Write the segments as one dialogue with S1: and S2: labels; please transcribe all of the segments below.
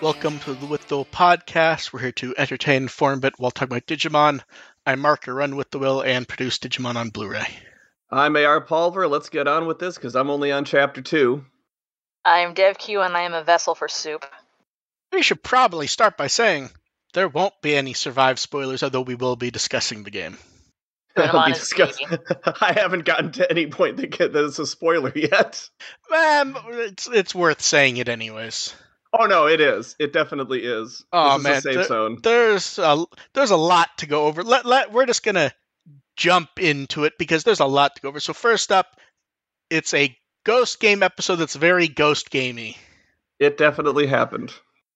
S1: Welcome to the With the Will podcast. We're here to entertain, inform, but while talking about Digimon. I'm Mark, I run With the Will and produce Digimon on Blu-ray.
S2: I'm AR Palver. Let's get on with this because I'm only on chapter two.
S3: I'm Dev Q, and I am a vessel for soup.
S1: We should probably start by saying there won't be any survive spoilers, although we will be discussing the game.
S3: Put 'em
S2: I'll
S3: on
S2: be
S3: his
S2: discussing- I haven't gotten to any point that, that it's a spoiler yet.
S1: Um, it's it's worth saying it anyways.
S2: Oh no, it is. It definitely is.
S1: Aw,
S2: this is
S1: man,
S2: a safe
S1: the-
S2: zone.
S1: There's a there's a lot to go over. Let let we're just gonna jump into it because there's a lot to go over. So first up, it's a ghost game episode that's very ghost gamey.
S2: It definitely happened.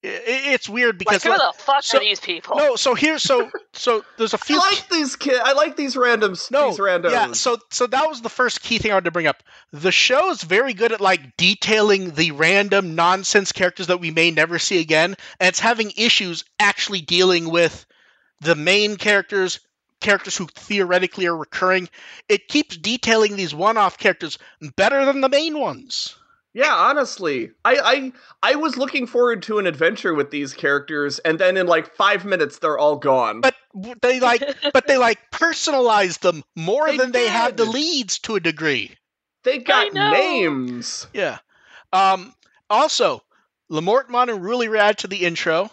S1: I- i- It's weird
S3: Like,
S1: because
S3: who the fuck
S1: so-
S3: are these people?
S1: No, so here, so so there's a
S2: I
S1: few.
S2: like these kids. I like these randoms.
S1: no,
S2: these randoms.
S1: yeah. So so that was the first key thing I wanted to bring up. The show's very good at like detailing the random nonsense characters that we may never see again, and it's having issues actually dealing with the main characters, characters who theoretically are recurring. It keeps detailing these one-off characters better than the main ones.
S2: Yeah, honestly, I, I I was looking forward to an adventure with these characters, and then in like five minutes, they're all gone.
S1: But w- they like, but they like personalize them more
S2: They
S1: than they have the
S2: did.
S1: leads to a degree.
S2: they got
S3: know.
S2: names.
S1: Yeah. Um, also, Lamort Monin really read to the intro,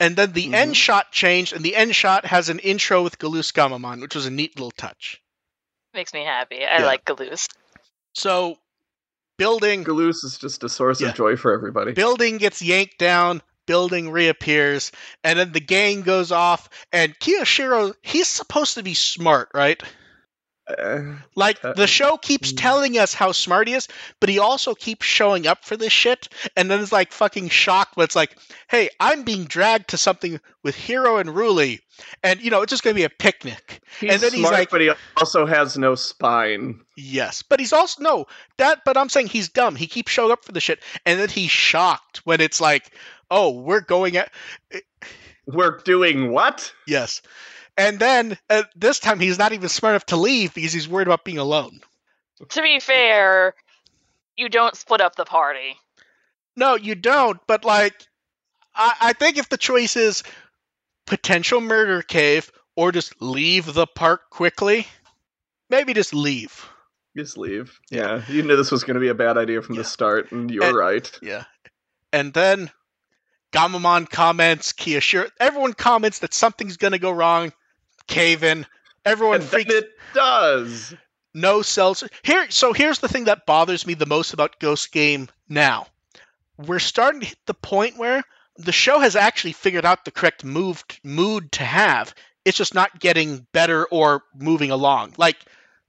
S1: and then the
S2: Mhm.
S1: end shot changed, and the end shot has an intro with Galus Gamamon, which was a neat little touch.
S3: Makes me happy. I
S1: Yeah.
S3: like Galoose.
S1: So, building
S2: Galoose is just a source
S1: Yeah.
S2: of joy for everybody.
S1: building gets yanked down, building reappears, and then the gang goes off. And Kiyoshiro, he's supposed to be smart, right?
S2: Uh,
S1: Like
S2: Uh,
S1: the show keeps
S2: mm.
S1: telling us how smart he is, but he also keeps showing up for this shit, and then it's like fucking shocked when it's like, hey, I'm being dragged to something with Hero and Ruli, and you know, it's just gonna be a picnic.
S2: he's
S1: then he's
S2: smart,
S1: like-
S2: but he also has no spine.
S1: Yes. But he's also no, that but I'm saying he's dumb. He keeps showing up for this shit, and then he's shocked when it's like, oh, we're going at
S2: We're doing what?
S1: yes. And then uh, this time he's not even smart enough to leave because he's worried about being alone.
S3: To be fair, you don't split up the party.
S1: No, you don't. But like, I, I think if the choice is potential murder cave or just leave the park quickly, maybe just leave.
S2: Just leave. Yeah, you knew this was going to be a bad idea from
S1: Yeah.
S2: the start, and you were
S1: And-
S2: right.
S1: Yeah. And then Gamamon comments, Kiyoshiro. Everyone comments that something's gonna go wrong. Cave in. Everyone
S2: And
S1: freaks.
S2: then it does.
S1: no cells here so here's the thing that bothers me the most about ghost game now we're starting to hit the point where the show has actually figured out the correct move mood to have it's just not getting better or moving along like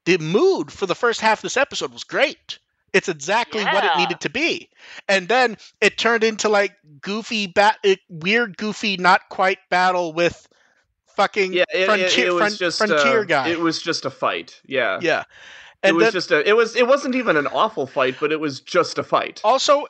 S1: the mood for the first half of this episode was great it's exactly what it
S3: Yeah.
S1: needed to be and then it turned into like goofy bat weird goofy not quite battle with fucking
S2: Yeah, it, it-
S1: frontier,
S2: it was
S1: fron-
S2: just
S1: frontier
S2: uh,
S1: guy
S2: It was just a fight. Yeah,
S1: yeah
S2: it was
S1: then-
S2: just a. It was. It wasn't even an awful fight, but it was just a fight.
S1: also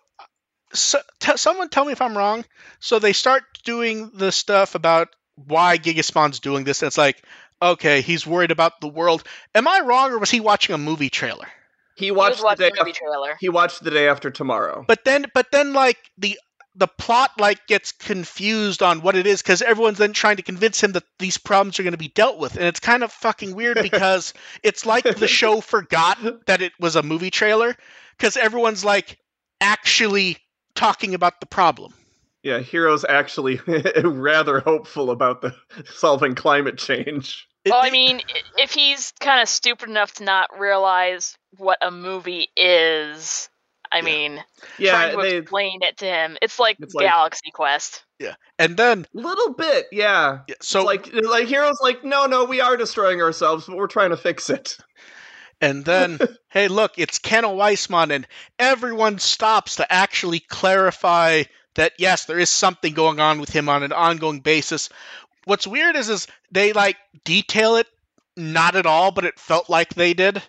S1: so, t- someone tell me if i'm wrong so they start doing the stuff about why gigaspon's doing this and it's like okay he's worried about the world am i wrong or was he watching a movie trailer
S2: He
S3: You
S2: watched
S3: would watch
S2: the day.
S3: the movie
S2: af-
S3: trailer.
S2: he watched the day after tomorrow.
S1: but then but then like the the plot like gets confused on what it is because everyone's then trying to convince him that these problems are going to be dealt with and it's kind of fucking weird because it's like the show forgot that it was a movie trailer because everyone's like actually talking about the problem
S2: yeah, heroes actually rather hopeful about the solving climate change.
S1: It-
S3: well, I
S1: it-
S3: mean, i- if he's kind of stupid enough to not realize what a movie is, I
S1: Yeah.
S3: mean,
S2: Yeah,
S3: trying to
S2: they
S3: explain it to him, it's like
S2: It's like-
S3: Galaxy Quest.
S1: and then
S2: little bit. Yeah,
S1: Yeah, so like
S2: like like heroes like no no we are destroying ourselves but we're trying to fix it
S1: and then hey look it's Ken Weisman and everyone stops to actually clarify that yes there is something going on with him on an ongoing basis. What's weird is is they like detail it not at all but it felt like they did.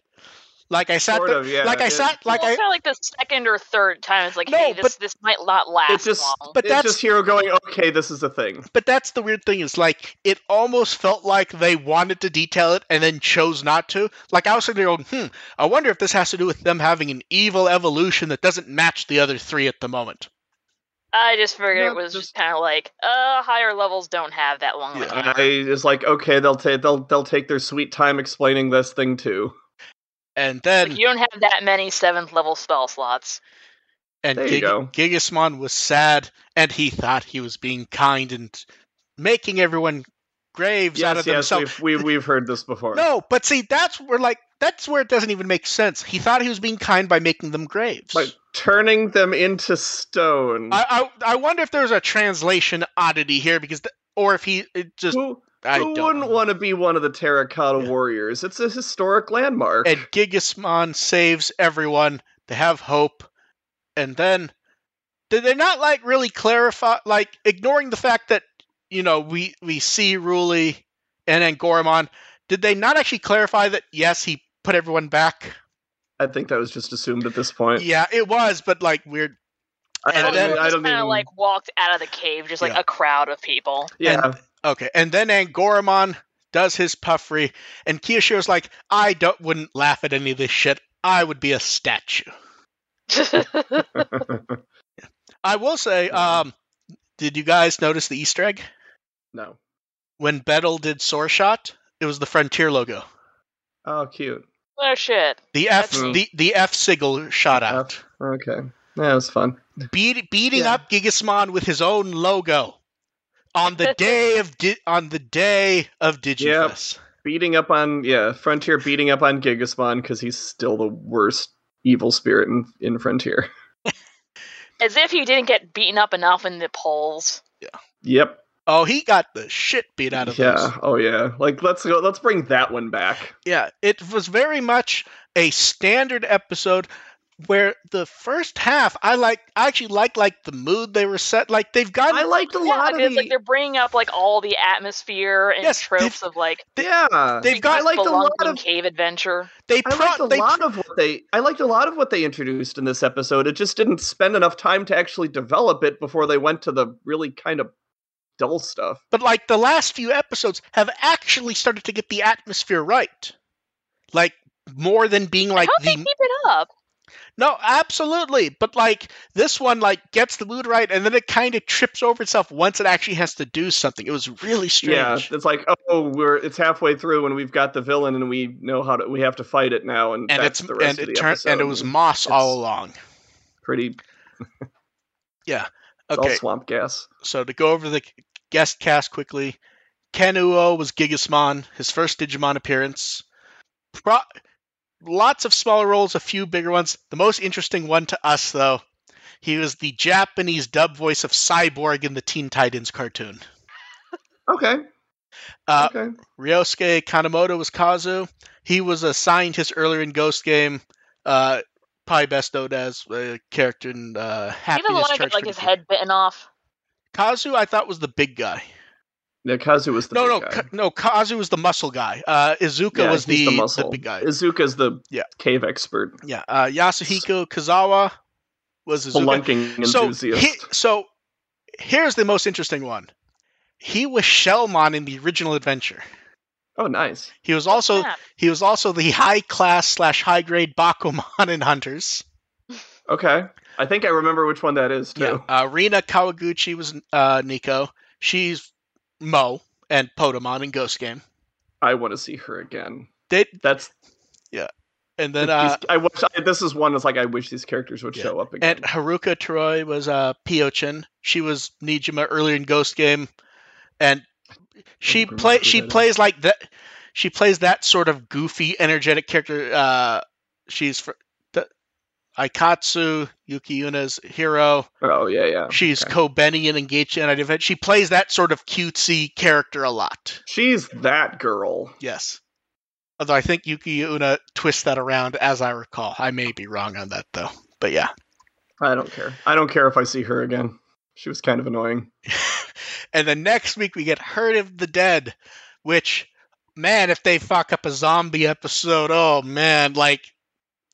S1: Like I sat
S2: sort
S1: there,
S2: of yeah
S1: like I
S2: it-
S1: sat like
S3: well,
S1: I
S3: it's kind of like the second or third time. It's like,
S1: No,
S3: hey, this this might not last
S2: it just
S3: long.
S1: but
S2: it's
S1: that's-
S2: just hero going okay this is a thing
S1: but that's the weird thing is like it almost felt like they wanted to detail it and then chose not to. Like I was sitting there going, hmm, I wonder if this has to do with them having an evil evolution that doesn't match the other three at the moment.
S3: I just figured
S2: No,
S3: it was
S2: just-
S3: just kind of like, uh, higher levels don't have that long.
S1: Yeah.
S3: lifespan.
S2: I is like, okay, they'll take they'll they'll take their sweet time explaining this thing too.
S1: And then
S3: Like, you don't have that many seventh level spell slots.
S1: And
S2: There you
S1: Gig-
S2: go.
S1: Gigasmon was sad, and he thought he was being kind and making everyone graves out
S2: Yes,
S1: of
S2: yes,
S1: themselves.
S2: we've, we, we've heard this before.
S1: No, but see, that's where like that's where it doesn't even make sense. He thought he was being kind by making them graves.
S2: like turning them into stone.
S1: I, I I wonder if there's a translation oddity here because, th- or if he it just
S2: who
S1: I
S2: who
S1: don't
S2: wouldn't
S1: know.
S2: want to be one of the terracotta
S1: Yeah.
S2: warriors? It's a historic landmark.
S1: And Gigasmon saves everyone. They have hope, and then did they not like really clarify, like ignoring the fact that you know we we see Ruli and then Goromon? Did they not actually clarify that? Yes, he put everyone back.
S2: I think that was just assumed at this point.
S1: Yeah, it was, but like weird.
S2: I,
S1: and
S2: don't,
S1: then-
S2: even- I
S3: just
S2: don't
S3: kind
S2: even.
S3: of like walked out of the cave, just like
S1: Yeah.
S3: a crowd of people.
S2: yeah,
S1: Okay, and then Angoramon does his puffery, and Kyoshiro's like, I don't wouldn't laugh at any of this shit. I would be a statue. I will say,
S2: Yeah.
S1: um, did you guys notice the Easter egg
S2: no.
S1: when Bettle did Sword Shot? It was the Frontier logo.
S2: Oh, cute.
S3: oh shit!
S1: The F,
S2: That's-
S1: the the F sigil shot out,
S2: Okay, that was fun.
S1: Beat, beating
S2: Yeah.
S1: up Gigasmon with his own logo on the day of Di- on the day of Digifest.
S2: Beating up on yeah, Frontier beating up on Gigasmon because he's still the worst evil spirit in, in Frontier.
S3: As if you didn't get beaten up enough in the polls.
S2: Yep.
S1: Oh, he got the shit beat out of
S2: yeah.
S1: those.
S2: Oh yeah. Like let's go. Let's bring that one back.
S1: Yeah, it was very much a standard episode where the first half I like I actually liked like the mood they were set like they've gotten
S2: I liked a
S3: Yeah,
S2: lot of
S3: because
S2: the.
S3: like they're bringing up like all the atmosphere and
S1: Yes,
S3: tropes of like
S1: they-
S2: yeah.
S1: they've got
S2: I liked a lot
S3: spelunking
S2: of-
S3: cave adventure.
S1: they
S2: I
S1: pro-
S2: liked a
S1: they
S2: lot of what they. I liked a lot of what they introduced in this episode. It just didn't spend enough time to actually develop it before they went to the really kind of dull stuff.
S1: but like the last few episodes have actually started to get the atmosphere right. Like more than being like
S3: How
S1: the
S3: they keep it up?
S1: No, absolutely. But like this one like gets the mood right and then it kind of trips over itself once it actually has to do something. It was really strange.
S2: Yeah, it's like oh, we're it's halfway through and we've got the villain and we know how to we have to fight it now and,
S1: and
S2: that's
S1: it's
S2: the rest
S1: and
S2: of
S1: it
S2: the
S1: turned
S2: episode.
S1: and it was moss all
S2: it's-
S1: along.
S2: pretty it's all
S1: Okay,
S2: swamp gas.
S1: so to go over the guest cast quickly, Ken Uo was Gigasmon, his first Digimon appearance. Pro- lots of smaller roles, a few bigger ones. The most interesting one to us, though, he was the Japanese dub voice of Cyborg in the Teen Titans cartoon.
S2: Okay,
S1: Uh,
S2: okay.
S1: Ryosuke Kanemoto was Kazu. He was a scientist earlier in Ghost Game, uh, probably best known as a character in uh,
S3: Even the
S1: Happiness
S3: one that
S1: Church.
S3: got like his
S1: Protocol.
S3: head bitten off.
S1: Kazu, I thought was the big guy.
S2: Yeah, Kazu was the
S1: no,
S2: big
S1: no,
S2: guy.
S1: Ka- no. Kazu was the muscle guy. Uh, Izuka
S2: Yeah,
S1: was
S2: he's
S1: the,
S2: the
S1: the,
S2: muscle.
S1: big guy.
S2: Izuka's the
S1: Yeah.
S2: cave expert,
S1: yeah, uh, Yasuhiko Kazawa was Izuka.
S2: spelunking
S1: So,
S2: enthusiast.
S1: he- so here's the most interesting one. He was Shellmon in the original adventure.
S2: oh, nice.
S1: He was also
S3: Yeah.
S1: he was also the high class slash high grade Bakuman in Hunters.
S2: Okay, I think I remember which one that is too.
S1: Uh, Rina Kawaguchi was uh, Nico. She's Mo and Potamon in Ghost Game.
S2: I want to see her again.
S1: They,
S2: That's
S1: and then
S2: these-
S1: uh,
S2: I wish I, this is one. that's like I wish these characters would
S1: Yeah.
S2: show up again.
S1: And Haruka Troy was uh, Pio-chan. She was Nijima earlier in Ghost Game, and she
S2: remember
S1: play
S2: who
S1: she
S2: that is.
S1: plays like that. She plays that sort of goofy, energetic character. Uh, she's fr- the, Aikatsu Yuki Yuna's hero.
S2: oh yeah, yeah.
S1: She's
S2: Okay.
S1: Kobeni and engaged in an event. She plays that sort of cutesy character a lot.
S2: She's that girl.
S1: Yes. Although I think Yuki Yuna twists that around, as I recall. I may be wrong on that though. But yeah.
S2: I don't care. I don't care if I see her again. She was kind of annoying.
S1: and then next week we get Herd of the Dead, which man, if they fuck up a zombie episode, oh man, like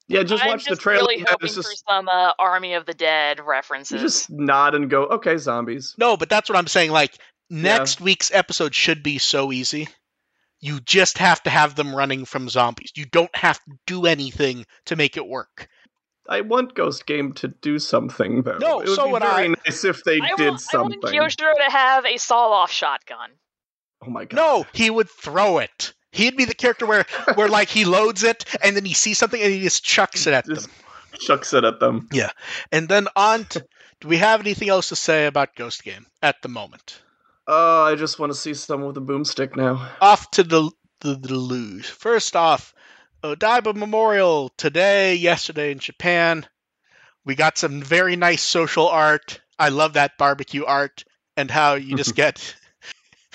S2: Yeah, just
S3: I'm
S2: watch
S3: just
S2: the trailer.
S3: Really
S2: yeah,
S3: hoping
S2: it's just,
S3: for some uh, Army of the Dead
S2: you
S3: references.
S2: just nod and go, okay, zombies.
S1: no, but that's what I'm saying. Like next week's episode should be so easy. You just have to have them running from zombies. You don't have to do anything to make it work.
S2: I want Ghost Game to do something though.
S1: No,
S2: it would
S1: so
S2: be
S1: would
S2: very
S1: I.
S2: nice if they
S3: I
S2: did
S3: want,
S2: something.
S3: I want Kyoshiro to have a saw-off shotgun.
S2: oh my god!
S1: No, he would throw it. He'd be the character where, where like he loads it and then he sees something and he just chucks it at them.
S2: just chucks it at them.
S1: And then on to, do we have anything else to say about Ghost Game at the moment?
S2: Oh, I just want to see someone with a boomstick now.
S1: Off to the the, the luge. First off, Odaiba Memorial today, yesterday in Japan. We got some very nice social art. I love that barbecue art and how you just get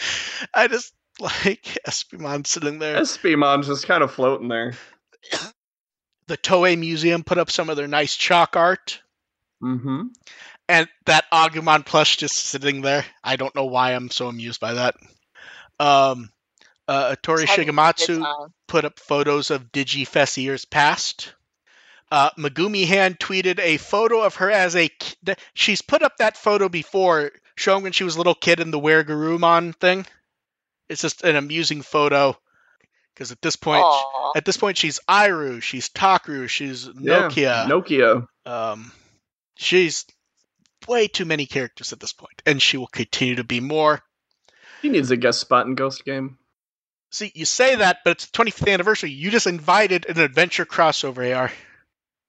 S1: I just like Espimon sitting there.
S2: Espimon's just kind of floating there.
S1: the Toei Museum put up some of their nice chalk art,
S2: Mm-hmm.
S1: and that Agumon plush just sitting there. I don't know why I'm so amused by that. Um, uh, Tori
S3: It's uh, having a good
S1: Shigematsu
S3: time.
S1: put up photos of DigiFest years past. Uh, Megumi Han tweeted a photo of her as a. ki- th- She's put up that photo before, showing when she was a little kid in the Wear Garurumon thing. It's just an amusing photo, because at this point,
S3: Aw.
S1: at this point, she's Iru, she's Takaru, she's Nokia.
S2: Nokia.
S1: Um, she's way too many characters at this point, and she will continue to be more.
S2: He needs a guest spot in Ghost Game.
S1: See, you say that, but it's the 25th anniversary. You just invited an adventure crossover, AR.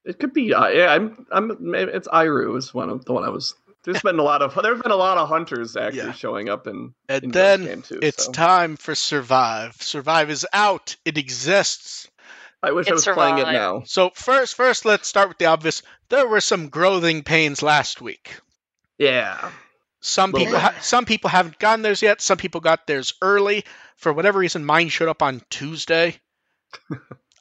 S2: It could be. Uh, yeah, I'm. I'm. maybe It's Iru is one of the one I was. There's been a lot of. There's been a lot of hunters actually
S1: Yeah.
S2: showing up in.
S1: And
S2: in
S1: then
S2: Ghost Game too,
S1: it's
S2: so.
S1: time for Survive. Survive is out. It exists.
S2: I wish
S3: It
S2: I was playing it
S3: survived.
S2: now.
S1: So first, first, let's start with the obvious. There were some growing pains last week.
S2: Yeah.
S1: Some
S2: Little
S1: people,
S3: bit.
S1: ha- some people haven't gotten theirs yet. Some people got theirs early. For whatever reason, mine showed up on Tuesday.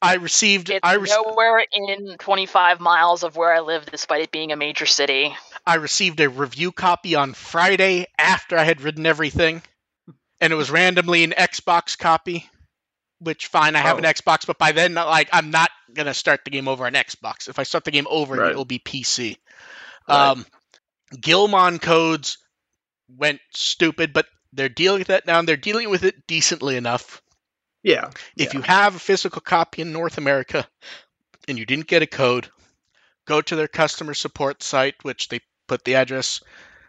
S1: I received.
S3: It's
S1: I received.
S3: nowhere in 25 miles of where I live, despite it being a major city.
S1: I received a review copy on Friday after I had written everything, and it was randomly an Xbox copy. Which fine, I have an
S2: Oh.
S1: Xbox, but by then, like, I'm not gonna start the game over on Xbox. If I start the game over,
S2: Right.
S1: it will be PC.
S2: Right.
S1: Um, Gilmon codes went stupid, but they're dealing with that now, and they're dealing with it decently enough.
S2: Yeah.
S1: If
S2: Yeah.
S1: you have a physical copy in North America and you didn't get a code, go to their customer support site, which they put the address,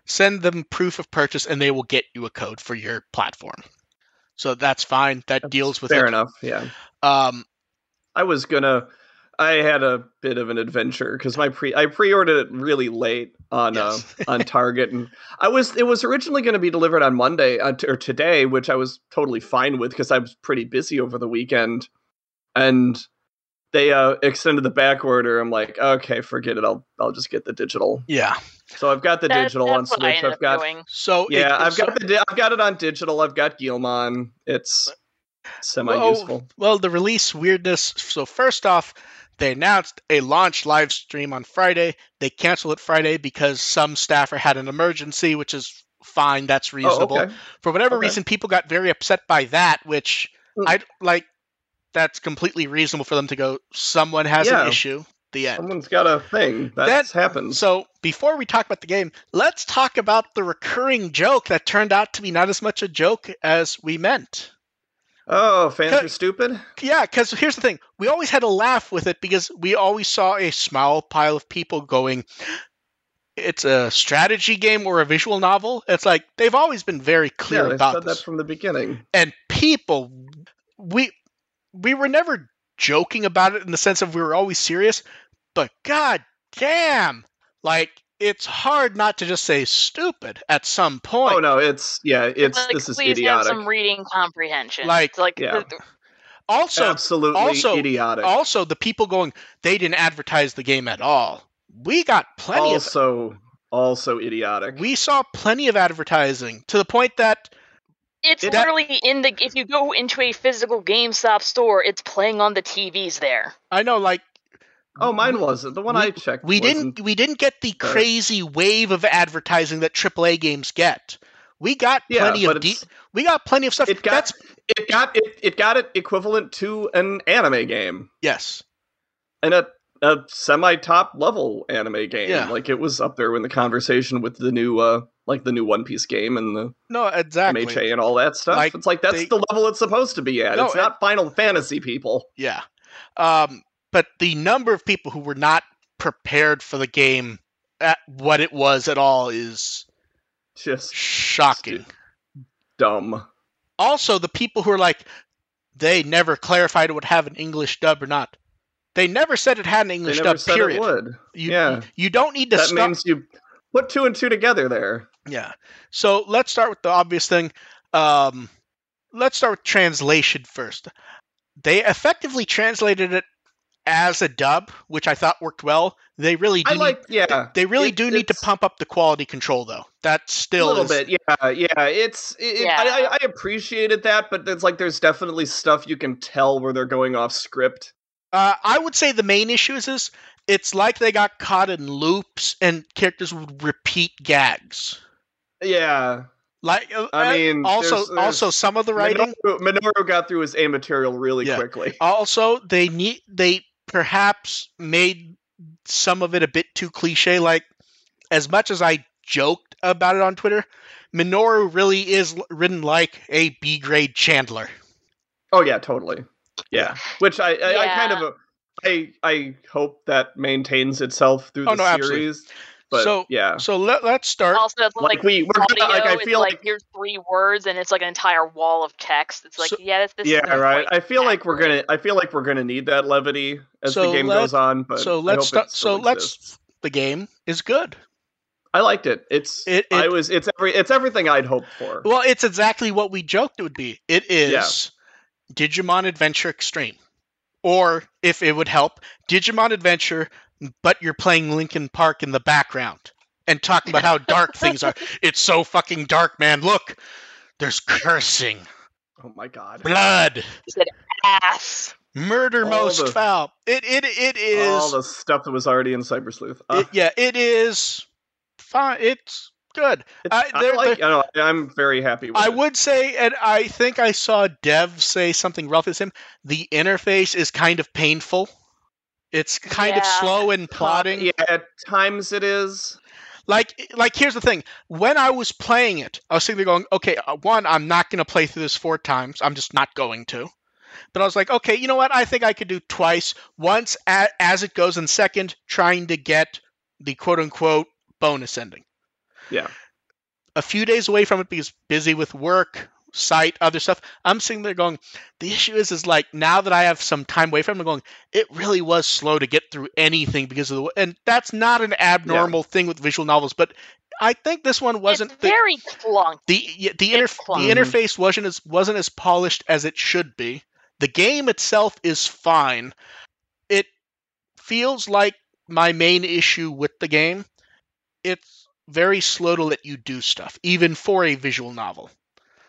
S1: send them proof of purchase, and they will get you a code for your platform. So that's fine. That deals with
S2: Fair
S1: it.
S2: enough. Yeah.
S1: Um,
S2: I was gonna. I had a bit of an adventure because my pre I pre-ordered it really late on
S1: Yes.
S2: uh, on Target, and I was it was originally going to be delivered on Monday uh, t- or today, which I was totally fine with because I was pretty busy over the weekend, and they uh, extended the back order. I'm like, okay, forget it. I'll I'll just get the digital.
S1: yeah.
S2: So I've got the
S3: That-
S2: digital
S3: that's
S2: on
S3: what I
S2: Switch.
S3: ended
S2: I've
S3: up
S2: got
S3: doing.
S1: So it-
S2: yeah, I've
S1: Oh, so-
S2: got the di- I've got it on digital. I've got Gilmon. It's semi-useful.
S1: Well, the release weirdness. So first off, they announced a launch live stream on Friday. They canceled it Friday because some staffer had an emergency, which is fine. That's reasonable.
S2: Oh, okay.
S1: For whatever
S2: Okay.
S1: reason, people got very upset by that, which
S2: Mm.
S1: I like. That's completely reasonable for them to go. Someone has
S2: Yeah. Um,
S1: an issue. The end.
S2: Someone's got a thing. That's happened.
S1: So before we talk about the game, let's talk about the recurring joke that turned out to be not as much a joke as we meant.
S2: Oh, fans
S1: Cut.
S2: are stupid.
S1: Yeah, because here's the thing: we always had a laugh with it because we always saw a small pile of people going. It's a strategy game or a visual novel. It's like they've always been very clear
S2: Yeah, they
S1: about
S2: said
S1: this,
S2: that from the beginning.
S1: and people, we we were never joking about it in the sense of we were always serious, but god damn, like it's hard not to just say stupid at some point.
S2: Oh no, it's yeah, it's
S3: Like,
S2: this is
S3: please have
S2: idiotic.
S3: some reading comprehension.
S1: Like-
S3: It's like
S2: Yeah.
S3: the-
S1: Also,
S2: Absolutely
S1: also-
S2: idiotic.
S1: also the people going they didn't advertise the game at all. We got plenty of
S2: also, also idiotic.
S1: we saw plenty of advertising to the point that
S3: it's
S1: It-
S3: literally in the. If you go into a physical GameStop store, it's playing on the TVs there.
S1: I know like
S2: oh, mine wasn't the one I checked.
S1: we
S2: wasn't.
S1: didn't we didn't get the
S2: Sorry.
S1: crazy wave of advertising that AAA games get. We got
S2: Yeah,
S1: plenty
S2: but
S1: of de-
S2: it's-
S1: we got plenty of stuff.
S2: it got
S1: That's
S2: it got it, it got it equivalent to an anime game
S1: yes.
S2: and a a semi top level anime game.
S1: Yeah.
S2: Like it was up there in the conversation with the new uh like the new One Piece game and the
S1: No, exactly.
S2: MHA and all that stuff.
S1: Like,
S2: it's like that's
S1: they-
S2: the level it's supposed to be at.
S1: No,
S2: it's not Final Fantasy people.
S1: Yeah. Um, but the number of people who were not prepared for the game at what it was at all is
S2: Just
S1: shocking.
S2: dumb.
S1: Also, the people who are like, they never clarified it would have an English dub or not. They never said it had an
S2: They
S1: English
S2: never
S1: dub.
S2: said
S1: Period.
S2: it would.
S1: You,
S2: yeah,
S1: you don't need to
S2: that
S1: stop.
S2: means you put two and two together there.
S1: Yeah. So let's start with the obvious thing. Um, let's start with translation first. They effectively translated it as a dub, which I thought worked well. They really do.
S2: I like. Yeah,
S1: need, they really
S2: it-
S1: do need to
S2: it's-
S1: pump up the quality control, though. That's
S2: a
S1: still
S2: little
S1: is-
S2: bit. Yeah, yeah. It's. It,
S3: Yeah.
S2: I, I, I appreciated that, but it's like there's definitely stuff you can tell where they're going off script.
S1: Uh, I would say the main issues is it's like they got caught in loops and characters would repeat gags.
S2: Yeah,
S1: Like uh,
S2: I mean,
S1: also
S2: there's- uh, there's-
S1: also some of the writing
S2: Minoru, Minoru got through his A material really
S1: Yeah.
S2: quickly.
S1: also they need they perhaps made some of it a bit too cliche like as much as i joked about it on twitter minoru really is l- written like a b grade chandler
S2: Oh yeah, totally. Yeah, which I I, I kind
S3: Yeah.
S2: of I I hope that maintains itself through
S1: Oh,
S2: the
S1: no,
S2: series.
S1: absolutely.
S2: But
S1: So-
S2: yeah,
S1: so let, let's start
S3: Also, it's
S2: like,
S3: like,
S2: we we're
S3: audio,
S2: gonna, like I
S3: it's
S2: feel
S3: like,
S2: like,
S3: here's three words and it's like an entire wall of text. It's like,
S1: So-
S3: yeah, this, this
S2: yeah,
S3: isn't
S2: right.
S3: quite
S2: I feel like we're
S3: accurate.
S2: gonna I feel like we're gonna need that levity as
S1: So
S2: the game
S1: let-
S2: goes on. But
S1: so
S2: I
S1: let's
S2: hope
S1: start-
S2: it still
S1: so let's-
S2: exists.
S1: the game is good
S2: I liked it. It's
S1: It-
S2: I
S1: it-
S2: was it's every it's everything I'd hoped for.
S1: well it's exactly what we joked it would be it is digimon adventure extreme or if it would help digimon adventure but you're playing linkin park in the background and talking about how dark things are It's so fucking dark, man. Look, there's cursing,
S2: oh my god.
S1: blood,
S3: ass.
S1: murder
S2: All
S1: most
S2: the-
S1: foul. It it it
S2: All
S1: is.
S2: the stuff that was already in Cyber Sleuth. Uh,
S1: it- yeah, it is fine. It's good.
S2: it's-
S1: I- there-
S2: I like. I don't know, I'm very happy. With
S1: I
S2: it.
S1: would say, and I think I saw Dev say something rough as him. The interface is kind of painful. It's kind of
S3: Yeah.
S1: slow and plodding.
S2: Yeah, at times it is.
S1: Like, like here's the thing. When I was playing it, I was sitting there going, okay, uh, one, I'm not going to play through this four times. I'm just not going to. But I was like, okay, you know what? I think I could do twice. Once a- as it goes, and second, trying to get the quote unquote bonus ending.
S2: Yeah.
S1: A few days away from it because busy with work, site, other stuff. I'm sitting there going, the issue is, is like now that I have some time away from it, I'm going, it really was slow to get through anything because of the, and that's not an abnormal thing with visual novels, but I think this one wasn't
S3: it's
S1: the,
S3: very clunky.
S1: the yeah, the, interf-
S3: clunky.
S1: the interface wasn't as wasn't as polished as it should be. The game itself is fine. It feels like my main issue with the game. It's very slow to let you do stuff, even for a visual novel.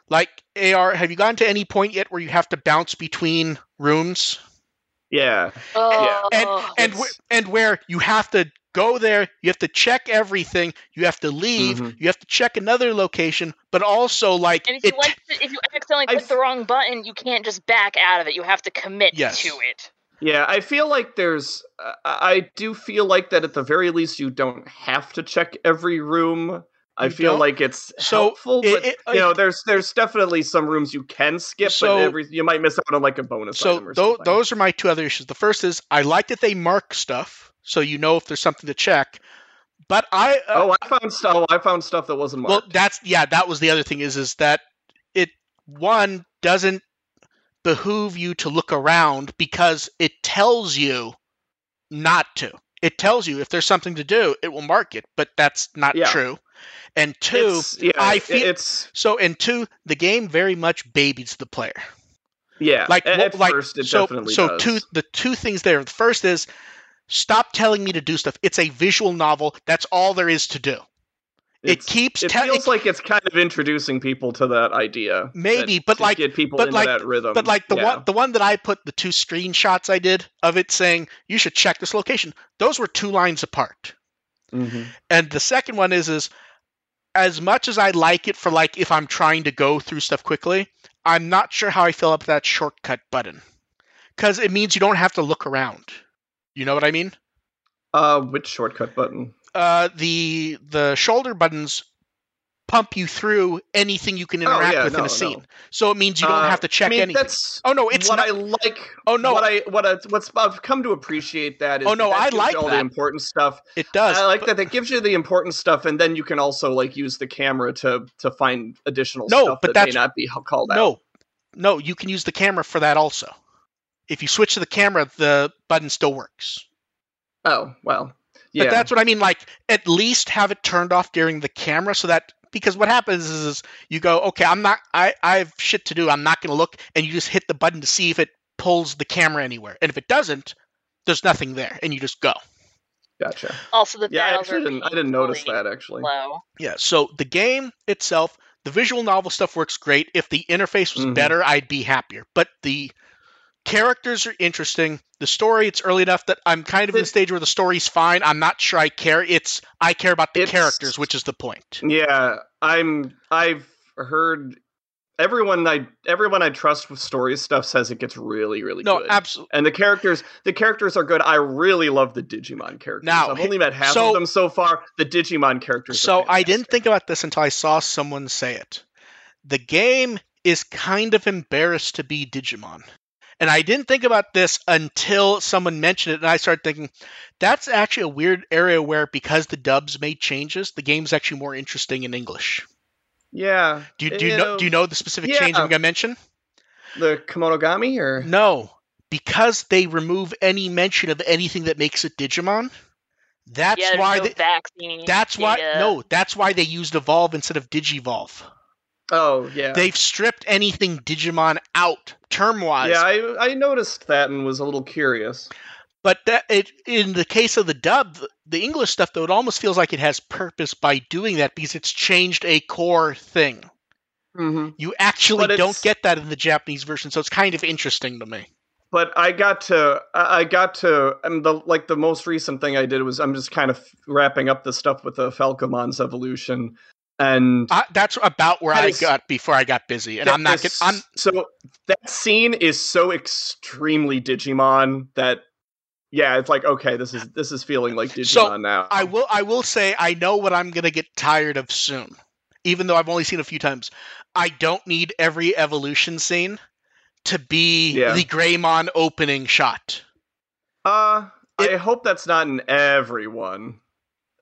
S1: Like AR, have you gotten to any point yet where you have to bounce between rooms?
S2: Yeah.
S3: Oh,
S1: and and where,
S2: It's-
S1: and where you have to go there, you have to check everything, you have to leave,
S2: Mhm.
S1: you have to check another location, but also like
S3: And if you
S1: it-
S3: like, if you accidentally
S2: I
S3: click the
S2: f-
S3: wrong button, you can't just back out of it. You have to commit
S1: Yes.
S3: to it.
S2: Yeah, I feel like there's. I- I do feel like that at the very least, you don't have to check every room. I
S1: You
S2: feel
S1: don't?
S2: like it's
S1: So,
S2: helpful,
S1: it-
S2: but
S1: it- uh,
S2: you know, there's there's definitely some rooms you can skip,
S1: So-
S2: but every you might miss out on like a bonus.
S1: so
S2: item or
S1: tho-
S2: something.
S1: those are my two other issues. The first is I like that they mark stuff so you know if there's something to check. But I uh,
S2: Oh, I found stuff. I found stuff that wasn't
S1: well
S2: marked.
S1: that's yeah, that was the other thing is is that it one doesn't behoove you to look around because it tells you not to. It tells you if there's something to do, it will mark it, but that's not
S2: Yeah.
S1: true. And two,
S2: It's- yeah,
S1: I
S2: i-
S1: feel-
S2: it's
S1: so and two, the game very much babies the player.
S2: yeah.
S1: like
S2: a-
S1: what-
S2: at
S1: like,
S2: first, it
S1: so
S2: definitely
S1: so
S2: does.
S1: two the two things there. The first is stop telling me to do stuff. It's a visual novel. That's all there is to do.
S2: It's-
S1: it keeps
S2: It
S1: te-
S2: feels
S1: it-
S2: like it's kind of introducing people to that idea. that-
S1: Maybe, but
S2: to
S1: like-
S2: get people
S1: but
S2: into
S1: like-
S2: that rhythm.
S1: but like the
S2: Yeah.
S1: one the one that I put the two screenshots I did of it saying you should check this location. Those were two lines apart.
S2: Mhm.
S1: And the second one is is as much as I like it for like if I'm trying to go through stuff quickly, I'm not sure how I feel about that shortcut button. Cuz it means you don't have to look around. You know what I mean?
S2: Uh, which shortcut button?
S1: Uh, the the shoulder buttons pump you through anything you can
S2: Oh,
S1: interact
S2: yeah,
S1: with in
S2: no,
S1: a scene.
S2: no.
S1: So it means you don't
S2: Uh,
S1: have to check
S2: I mean,
S1: anything.
S2: that's
S1: Oh no, it's
S2: what
S1: not.
S2: I like.
S1: oh no,
S2: what I what I, what's I've come to appreciate that is
S1: Oh, no,
S2: that
S1: I
S2: gives you
S1: like
S2: all
S1: that.
S2: the important stuff.
S1: it does.
S2: I like that that gives you the important stuff, and then you can also like use the camera to to find additional
S1: No,
S2: stuff
S1: but
S2: that may
S1: that's-
S2: not be h- called out.
S1: No, no, you can use the camera for that also. If you switch to the camera, the button still works.
S2: Oh well, yeah.
S1: But that's what I mean. Like, at least have it turned off during the camera so that because what happens is, is you go, okay, I'm not, I, I have shit to do. I'm not going to look, and you just hit the button to see if it pulls the camera anywhere. And if it doesn't, there's nothing there, and you just go.
S2: gotcha.
S3: Also, the
S2: Yeah, I
S3: battles are
S2: actually didn't. I didn't notice
S3: painfully
S2: that actually.
S3: Low.
S1: Yeah. So the game itself, the visual novel stuff works great. If the interface was
S2: Mhm.
S1: better, I'd be happier. But the characters are interesting. The story, it's early enough that I'm kind of in the
S2: It-
S1: stage where the story's fine. I'm not sure I care. It's I care about the
S2: It's-
S1: characters, which is the point.
S2: Yeah, I'm. I've heard everyone. I everyone I trust with story stuff says it gets really, really
S1: No,
S2: good.
S1: absolutely.
S2: and the characters, the characters are good. I really love the Digimon characters.
S1: Now,
S2: I've only met half
S1: so-
S2: of them so far. The Digimon characters. are
S1: So I didn't
S2: fantastic.
S1: think about this until I saw someone say it. The game is kind of embarrassed to be Digimon. And I didn't think about this until someone mentioned it, and I started thinking, that's actually a weird area where, because the dubs made changes, the game's actually more interesting in English.
S2: Yeah,
S1: Do you, do you
S2: You
S1: know
S2: know,
S1: Do you know the specific
S2: yeah.
S1: change I'm going to mention?
S2: the Kmonogami or
S1: No, because they remove any mention of anything that makes it Digimon. That's
S3: yeah, there's
S1: why.
S3: no uh,
S1: they,
S3: vaccine.
S1: that's why.
S3: data.
S1: No, that's why they used Evolve instead of Digivolve.
S2: Oh yeah.
S1: They've stripped anything Digimon out term wise.
S2: yeah, I, I noticed that and was a little curious.
S1: But that, it, in the case of the dub, th- the English stuff, though, it almost feels like it has purpose by doing that because it's changed a core thing.
S2: Mm-hmm.
S1: You actually
S2: But
S1: don't
S2: it's-
S1: get that in the Japanese version, so it's kind of interesting to me.
S2: But I got to, I I got to, and the like the most recent thing I did was I'm just kind of wrapping up the stuff with the Falcomon's evolution, and
S1: I, that's about where
S2: That
S1: I
S2: is-
S1: got before I got busy, and
S2: that
S1: I'm not. Gonna,
S2: is-
S1: I'm
S2: so that scene is so extremely Digimon that yeah, it's like okay, this is this is feeling like Digimon
S1: So,
S2: now.
S1: I will. I will say I know what I'm gonna get tired of soon, even though I've only seen it a few times. I don't need every evolution scene to be
S2: Yeah.
S1: the Greymon opening shot.
S2: Uh, I
S1: It-
S2: hope that's not in everyone.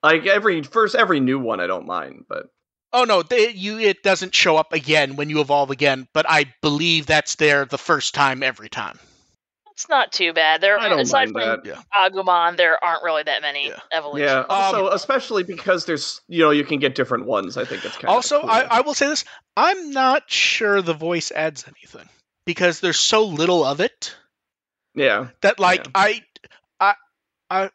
S2: Like every first, every new one, I don't mind, but
S1: Oh no, they, you it doesn't show up again when you evolve again, but I believe that's there the first time every time.
S3: It's not too bad. There,
S2: I don't
S3: aside
S2: mind
S3: from
S2: that.
S3: Agumon, there aren't really that many
S1: Yeah.
S3: evolutions.
S2: Yeah. Also,
S1: Um,
S2: especially because there's, you know, you can get different ones. I think it's kind
S1: also,
S2: of
S1: I, I will say this: I'm not sure the voice adds anything because there's so little of it
S2: yeah,
S1: that, like,
S2: Yeah.
S1: I, I, I,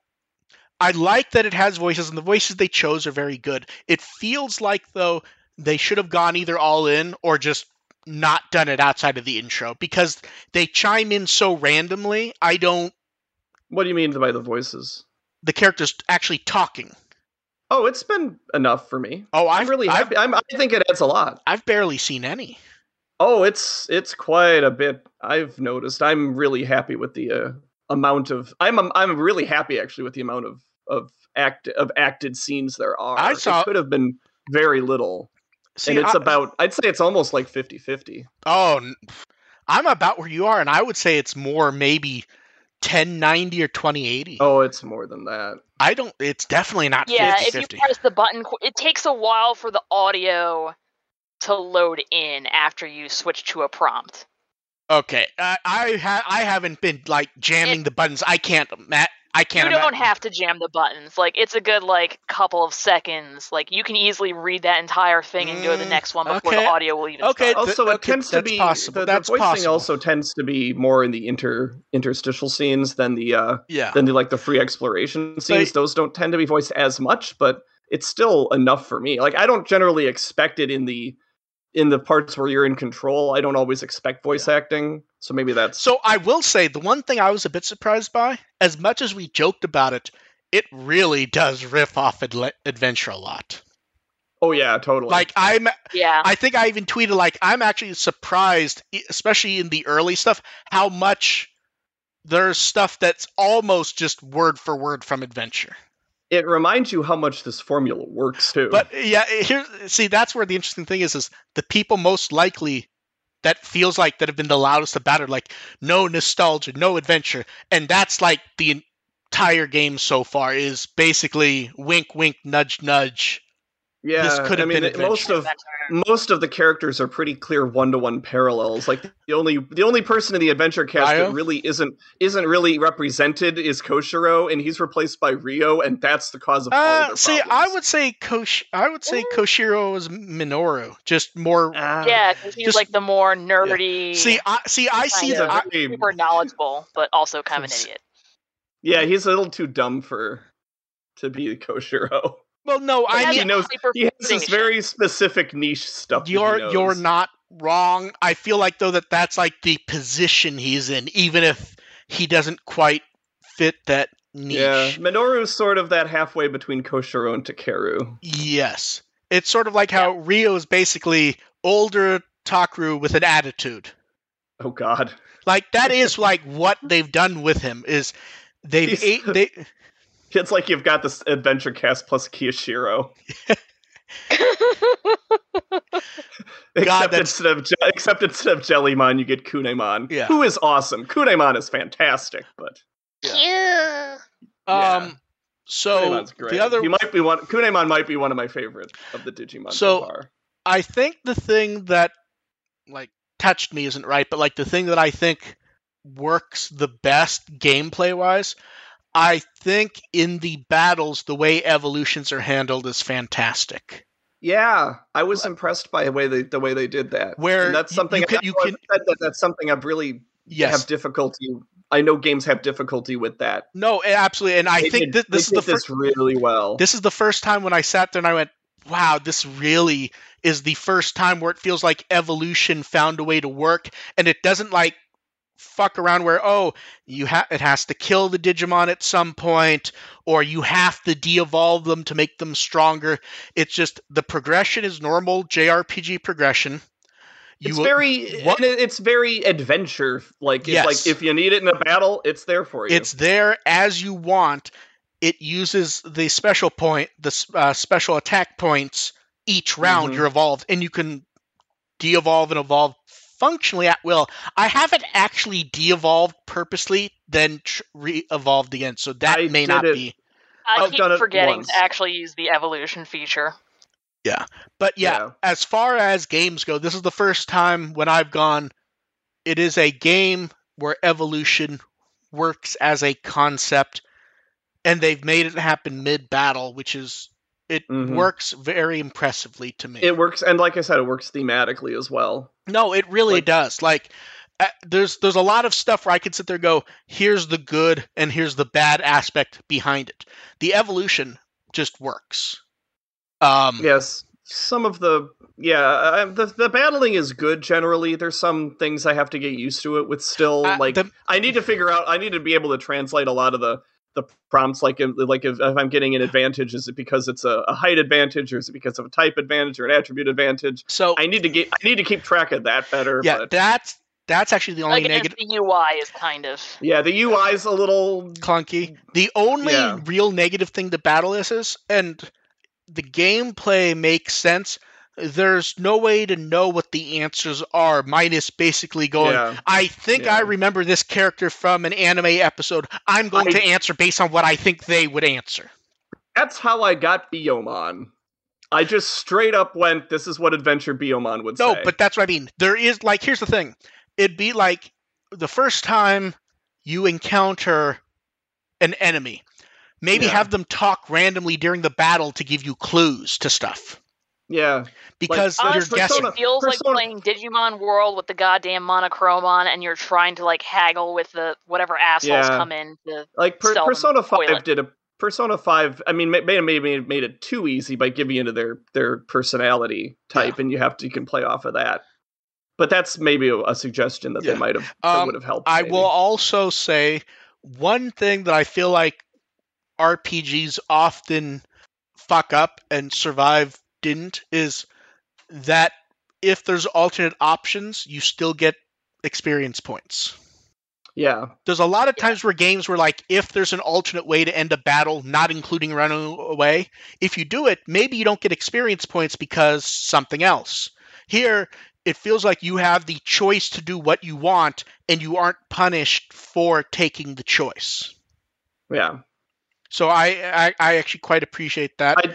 S1: I like that it has voices, and the voices they chose are very good. It feels like though they should have gone either all in or just not done it outside of the intro because they chime in so randomly. I don't.
S2: what do you mean by the voices?
S1: The characters actually talking.
S2: Oh, it's been enough for me.
S1: Oh,
S2: I'm
S1: I've
S2: really
S1: I've,
S2: happy. I'm, I think it adds a lot.
S1: I've barely seen any.
S2: Oh, it's it's quite a bit. I've noticed. I'm really happy with the uh, amount of. I'm I'm really happy actually with the amount of of act of acted scenes there are.
S1: I saw-
S2: it could have been very little,
S1: See,
S2: and it's
S1: I-
S2: about. I'd say it's almost like 50-50.
S1: Oh, n- I'm about where you are, and I would say it's more maybe 1090 or 2080.
S2: Oh, it's more than that.
S1: I don't. It's definitely not
S3: Yeah, if
S1: 50
S3: you press the button, qu- it takes a while for the audio to load in after you switch to a prompt.
S1: Okay, I I, ha- I haven't been like jamming
S3: It-
S1: the buttons. I can't. Matt, I can't.
S3: you don't
S1: imagine.
S3: have to jam the buttons. Like it's a good like couple of seconds. Like you can easily read that entire thing and go to the
S1: Mm,
S3: next one before
S1: okay.
S3: the audio will even
S1: Okay,
S3: start.
S1: th-
S2: Also, it
S1: okay,
S2: tends to
S1: that's
S2: be
S1: possible,
S2: The,
S1: that's
S2: the voicing
S1: possible.
S2: also tends to be more in the inter interstitial scenes than the uh
S1: Yeah.
S2: than the like the free exploration scenes. Those don't tend to be voiced as much, but it's still enough for me. Like I don't generally expect it in the in the parts where you're in control. I don't always expect voice acting, so maybe that's
S1: So I will say the one thing I was a bit surprised by, as much as we joked about it, it really does riff off Adle- Adventure a lot.
S2: oh yeah, totally.
S1: Like I'm
S3: yeah.
S1: I think I even tweeted like I'm actually surprised, e- especially in the early stuff, how much there's stuff that's almost just word for word from Adventure.
S2: it reminds you how much this formula works too.
S1: But yeah, here see that's where the interesting thing is is the people most likely that feels like that have been the loudest about it like no nostalgia, no adventure. And that's like the entire game so far is basically wink wink nudge nudge.
S2: yeah,
S1: this could
S2: I
S1: have
S2: mean,
S1: been
S2: it- most of most of the characters are pretty clear one-to-one parallels. Like the only the only person in the adventure cast
S1: Ryo?
S2: that really isn't isn't really represented is Koshiro, and he's replaced by Rio, and that's the cause of all of
S1: Uh,
S2: their
S1: see, I
S2: problems.
S1: would say Kosh I would say
S3: Mm.
S1: Koshiro is Minoru, just more
S2: Ah,
S3: yeah, 'cause he's
S1: uh, just-
S3: like the more nerdy.
S1: See, I see I see
S2: he's
S3: yeah.
S1: that I-
S2: a very,
S3: super knowledgeable, but also kind of an idiot.
S2: yeah, he's a little too dumb for to be Koshiro.
S1: well no,
S2: But
S1: I
S2: he
S1: mean
S2: knows-
S3: super
S2: He has
S3: fitting
S2: this
S3: shit.
S2: very specific niche stuff. that he
S1: you're
S2: knows.
S1: you're not wrong. I feel like though that that's like the position he's in, even if he doesn't quite fit that niche.
S2: Yeah, Minoru's sort of that halfway between Koshiro and Takeru.
S1: Yes, it's sort of like how Rio is basically older Takru with an attitude.
S2: Oh God,
S1: Like that is like what they've done with him is they've
S2: He's-
S1: ate, they
S2: it's like you've got this adventure cast plus Kiyoshiro. Except
S1: that's-
S2: instead of Je- except instead of Jellymon, you get Kunemon,
S1: Yeah.
S2: who is awesome. Kunemon is fantastic, but
S1: um.
S2: Yeah.
S1: So
S2: Kunemon's great.
S1: the other
S2: he might be one. Kunemon might be one of my favorite of the Digimon
S1: So-
S2: so, far.
S1: I think the thing that like touched me isn't right, but like the thing that I think works the best gameplay wise, I think in the battles the way evolutions are handled is fantastic.
S2: Yeah, I was impressed by the way they the way they did that.
S1: Where
S2: and that's
S1: you-
S2: something
S1: you can-
S2: I- I
S1: you
S2: always
S1: can-
S2: said that that's something I've really
S1: Yes.
S2: have difficulty. I know games have difficulty with that.
S1: no, a- absolutely. And I
S2: They
S1: think
S2: did-
S1: thi- this is
S2: they
S1: the
S2: did this
S1: first
S2: really well.
S1: this is the first time when I sat there and I went, "Wow, this really is the first time where it feels like evolution found a way to work and it doesn't like fuck around where oh you ha- it has to kill the digimon at some point or you have to de-evolve them to make them stronger it's just the progression is normal jrpg progression
S2: it's
S1: will-
S2: very
S1: what-
S2: and it- it's very adventure like it's
S1: Yes.
S2: like if you need it in a battle it's there for you
S1: it's there as you want it uses the special point the s- uh, special attack points each round
S2: Mhm.
S1: you're evolved and you can de-evolve and evolve functionally at will i haven't actually de-evolved purposely then tr- re-evolved again so that
S2: I
S1: may
S2: did
S1: not
S2: it-
S1: be
S3: I
S2: I've done
S3: keep
S2: it
S3: forgetting
S2: once.
S3: to actually use the evolution feature.
S1: but yeah, as far as games go this is the first time when i've gone it is a game where evolution works as a concept and they've made it happen mid battle which is it
S2: Mhm.
S1: works very impressively to me
S2: it works and like i said it works thematically as well
S1: no it really
S2: like-
S1: does like uh, there's there's a lot of stuff where i could sit there and go here's the good and here's the bad aspect behind it the evolution just works um
S2: yes some of the yeah uh, the, the battling is good generally there's some things i have to get used to it with still
S1: uh,
S2: like
S1: the-
S2: i need to figure out i need to be able to translate a lot of the the prompts like if- like if, if i'm getting an advantage is it because it's a, a height advantage or is it because of a type advantage or an attribute advantage
S1: so
S2: i need to get i need to keep track of that better
S1: yeah
S2: but
S1: that's that's actually the only
S3: Like it is
S1: negative
S3: the UI is kind of
S2: Yeah, the UI's a little.
S1: clunky. The only
S2: Mm. Yeah.
S1: real negative thing to battle this is, and the gameplay makes sense. There's no way to know what the answers are, minus basically going.
S2: yeah,
S1: I think I
S2: Yeah.
S1: remember this character from an anime episode. I'm going
S2: I-
S1: to answer based on what I think they would answer.
S2: that's how I got Bioman. I just straight up went. This is what Adventure Bioman would
S1: No,
S2: say.
S1: but that's what I mean. There is like here's the thing. It'd be like the first time you encounter an enemy. Maybe
S2: Yeah.
S1: have them talk randomly during the battle to give you clues to stuff.
S2: yeah,
S1: because
S3: Uh,
S1: you're
S3: so
S1: guessing.
S2: Persona-
S3: It feels
S2: Persona-
S3: like playing Digimon World with the goddamn monochromon, and you're trying to like haggle with the whatever assholes
S2: Yeah.
S3: come in. To,
S2: like per-
S3: Seldom
S2: Persona Five
S3: toilet.
S2: did a Persona Five. I mean, maybe maybe made it too easy by giving into their their personality type, and you have to you can play off of that. But that's maybe a, a suggestion that
S1: Yeah.
S2: they might have that
S1: Um,
S2: would have helped.
S1: I
S2: maybe.
S1: will also say one thing that I feel like RPGs often fuck up and survive didn't is that if there's alternate options, you still get experience points.
S2: Yeah.
S1: There's a lot of times where games were like, if there's an alternate way to end a battle, not including running away, if you do it, maybe you don't get experience points because something else. Here, it feels like you have the choice to do what you want and you aren't punished for taking the choice.
S2: Yeah.
S1: So I I, I actually quite appreciate that.
S2: I-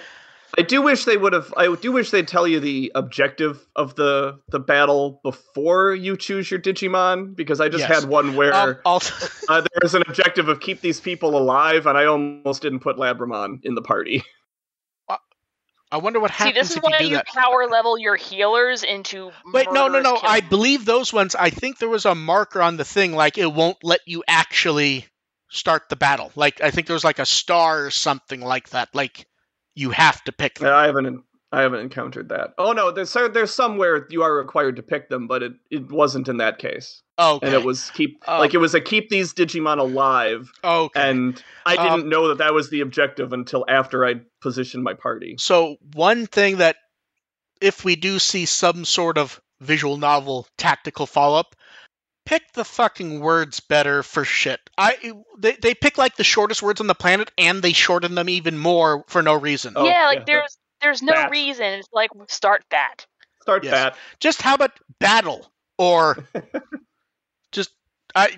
S2: I do wish they would have. I do wish they'd tell you the objective of the the battle before you choose your Digimon, because I just
S1: Yes.
S2: had one where
S1: Um, also,
S2: uh, there was an objective of keep these people alive, and I almost didn't put Labramon in the party.
S1: I wonder what
S3: See,
S1: happens
S3: this is
S1: if you
S3: why
S1: do
S3: you
S1: that.
S3: power level your healers into.
S1: Wait, no, no,
S3: murderous
S1: no. I
S3: killing.
S1: believe those ones. I think there was a marker on the thing, like it won't let you actually start the battle. Like I think there was like a star or something like that. Like you have to pick them.
S2: I haven't. I haven't encountered that. Oh no, there's there's somewhere you are required to pick them, but it, it wasn't in that case,
S1: Oh, okay.
S2: and it was keep
S1: Oh.
S2: like it was a keep these Digimon alive,
S1: okay.
S2: and I
S1: Um,
S2: didn't know that that was the objective until after I positioned my party.
S1: So one thing that, if we do see some sort of visual novel tactical follow up, pick the fucking words better for shit. I they they pick like the shortest words on the planet and they shorten them even more for no reason.
S2: Oh,
S3: yeah, like
S2: yeah,
S3: there's there's no
S2: that.
S3: reason. It's like start that.
S2: Start
S1: Yes.
S2: that.
S1: just how about battle or just i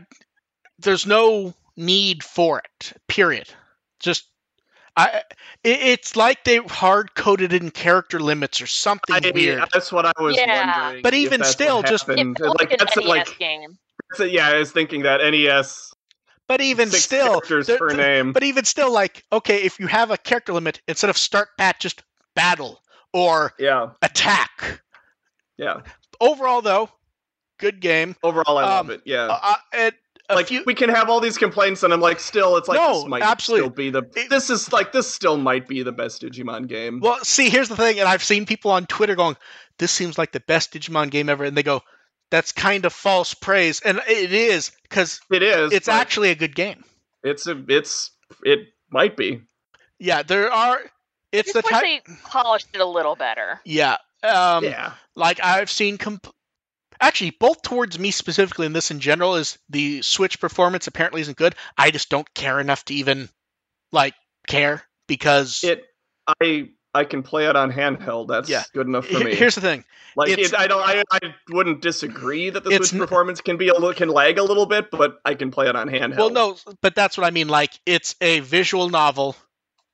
S1: there's no need for it period just i it, it's like they hard coded in character limits or something
S2: I- uh,
S1: weird
S2: That's what I was
S3: Yeah.
S2: wondering.
S1: But
S2: if
S1: even
S2: that's what
S1: still, just-
S2: happened.
S3: It felt
S2: like
S3: like an
S2: that's
S3: NES
S2: like
S3: E game.
S2: that's- yeah, I was thinking that NES.
S1: but even
S2: six
S1: still
S2: characters
S1: there-
S2: per
S1: there-
S2: name.
S1: but even still like okay if you have a character limit instead of start bat just battle or
S2: yeah,
S1: attack
S2: yeah.
S1: overall though good game
S2: Overall, I love
S1: Um,
S2: it. Yeah,
S1: uh, uh, and a
S2: like
S1: few-
S2: we can have all these complaints, and I'm like, still, it's like
S1: No,
S2: this might
S1: absolutely.
S2: still be the.
S1: It-
S2: this is like this still might be the best Digimon game.
S1: Well, see, here's the thing, and I've seen people on Twitter going, "This seems like the best Digimon game ever," and they go, "That's kind of false praise," and it is because
S2: it is.
S1: it's
S2: but
S1: actually a good game.
S2: it's a, it's it might be.
S1: Yeah, there are. It's the
S3: Just wish
S1: type.
S3: they polished it a little better.
S1: yeah, um,
S2: yeah,
S1: like I've seen. Comp- actually, both towards me specifically, and this in general is the Switch performance apparently isn't good. I just don't care enough to even like care because
S2: it. I I can play it on handheld. That's
S1: Yeah.
S2: good enough for
S1: Here-
S2: me.
S1: here's the thing.
S2: Like
S1: It's-
S2: it, I don't, I, I wouldn't disagree that the
S1: It's
S2: Switch
S1: n-
S2: performance can be a little, can lag a little bit, but I can play it on handheld.
S1: Well, no, but that's what I mean. Like, it's a visual novel.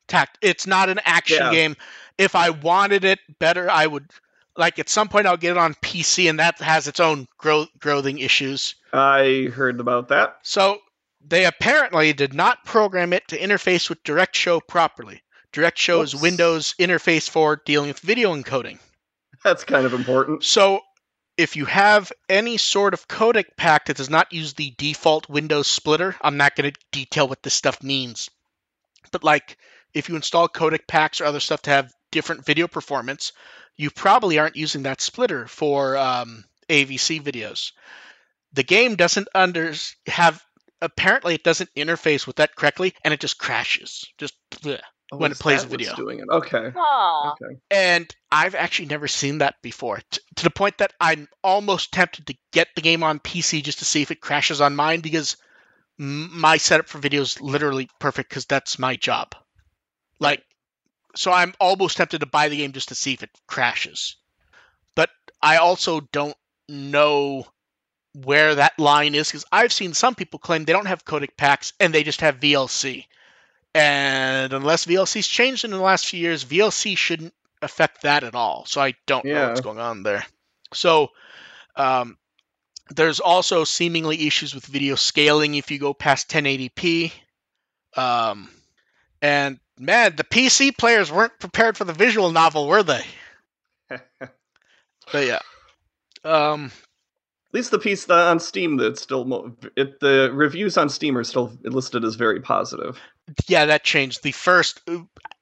S1: Tact. It's not an action
S2: Yeah.
S1: game. If I wanted it better, I would. Like at some point, I'll get it on PC, and that has its own grow- growing issues.
S2: I heard about that.
S1: So they apparently did not program it to interface with Direct Show properly. Direct Show is
S2: Whoops.
S1: Windows interface for dealing with video encoding.
S2: That's kind of important.
S1: So if you have any sort of codec pack that does not use the default Windows splitter, I'm not going to detail what this stuff means. But like if you install codec packs or other stuff to have different video performance, you probably aren't using that splitter for um, AVC videos. The game doesn't under have apparently it doesn't interface with that correctly and it just crashes. Just bleh.
S2: Oh,
S1: When it
S2: is
S1: plays
S2: that what's
S1: video.
S2: doing it. Okay.
S3: Aw.
S2: Okay.
S1: and I've actually never seen that before. T- to the point that I'm almost tempted to get the game on PC just to see if it crashes on mine because m- my setup for video is literally perfect because that's my job. Like, so I'm almost tempted to buy the game just to see if it crashes. But I also don't know where that line is because I've seen some people claim they don't have codec packs and they just have VLC. And unless VLC's changed in the last few years, VLC shouldn't affect that at all. So I don't know what's
S2: Yeah.
S1: going on there. So um, there's also seemingly issues with video scaling if you go past 1080p. Um, and man, the PC players weren't prepared for the visual novel, were they?
S2: At
S1: But yeah. Um,
S2: least the piece that on Steam that's still mo- it, the reviews on Steam are still listed as very positive.
S1: yeah, that changed. The first uh,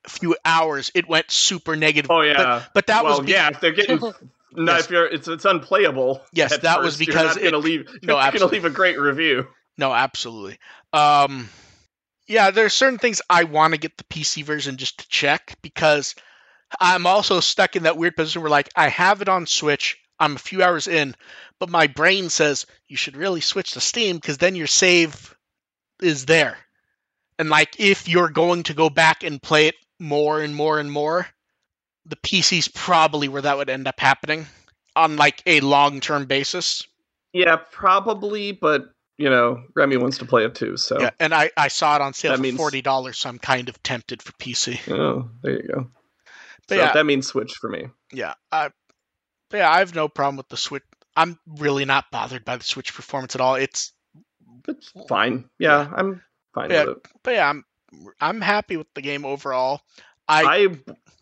S1: few hours, it went super negative.
S2: Oh yeah.
S1: But that
S2: well,
S1: was be-
S2: yeah. If they're getting no,
S1: Yes.
S2: if you're it's it's unplayable.
S1: Yes,
S2: at
S1: that was
S2: first. You're
S1: because
S2: not gonna
S1: it-
S2: leave.
S1: no,
S2: you're not gonna
S1: absolutely.
S2: leave a great review.
S1: No, absolutely. Um, yeah, there are certain things I want to get the PC version just to check because I'm also stuck in that weird position where like I have it on Switch, I'm a few hours in, but my brain says you should really switch to Steam because then your save is there. And like if you're going to go back and play it more and more and more, the PC's probably where that would end up happening on like a long-term basis.
S2: Yeah, probably, but you know, Remy wants to play it too, so
S1: Yeah, and I, I saw it on sale
S2: That
S1: for
S2: means-
S1: forty dollars, so I'm kind of tempted for PC.
S2: oh, there you go.
S1: But
S2: so
S1: yeah.
S2: that means Switch for me.
S1: Yeah, I, but yeah, I have no problem with the Switch. I'm really not bothered by the Switch performance at all. It's,
S2: It's fine. Yeah, I'm fine
S1: Yeah.
S2: with it.
S1: but yeah, I'm I'm happy with the game overall. I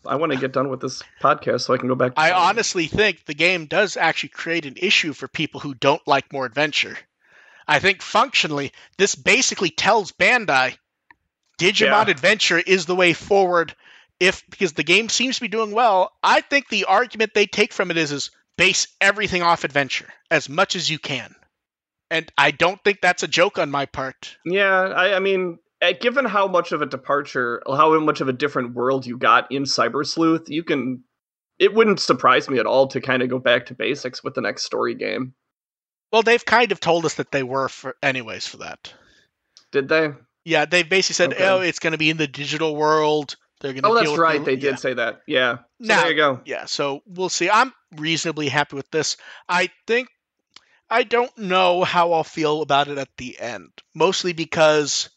S2: I I want to get done with this podcast so I can go back. To
S1: I,
S2: playing it.
S1: honestly think the game does actually create an issue for people who don't like more adventure. I think functionally, this basically tells Bandai, Digimon
S2: Yeah.
S1: Adventure is the way forward. If because the game seems to be doing well, I think the argument they take from it is is base everything off adventure as much as you can. And I don't think that's a joke on my part.
S2: Yeah, I, I mean, eh, given how much of a departure, how much of a different world you got in Cyber Sleuth, you can. It wouldn't surprise me at all to kind of go back to basics with the next story game.
S1: Well, they've kind of told us that they were for anyways for that.
S2: Did they?
S1: Yeah, they basically said,
S2: Okay.
S1: "Oh, it's going to be in the digital world. They're going to
S2: Oh,
S1: deal
S2: that's
S1: with
S2: right.
S1: the-
S2: They did
S1: yeah.
S2: say that. Yeah. So
S1: Now-
S2: there you go.
S1: yeah, so we'll see. I'm reasonably happy with this. I think I don't know how I'll feel about it at the end, mostly because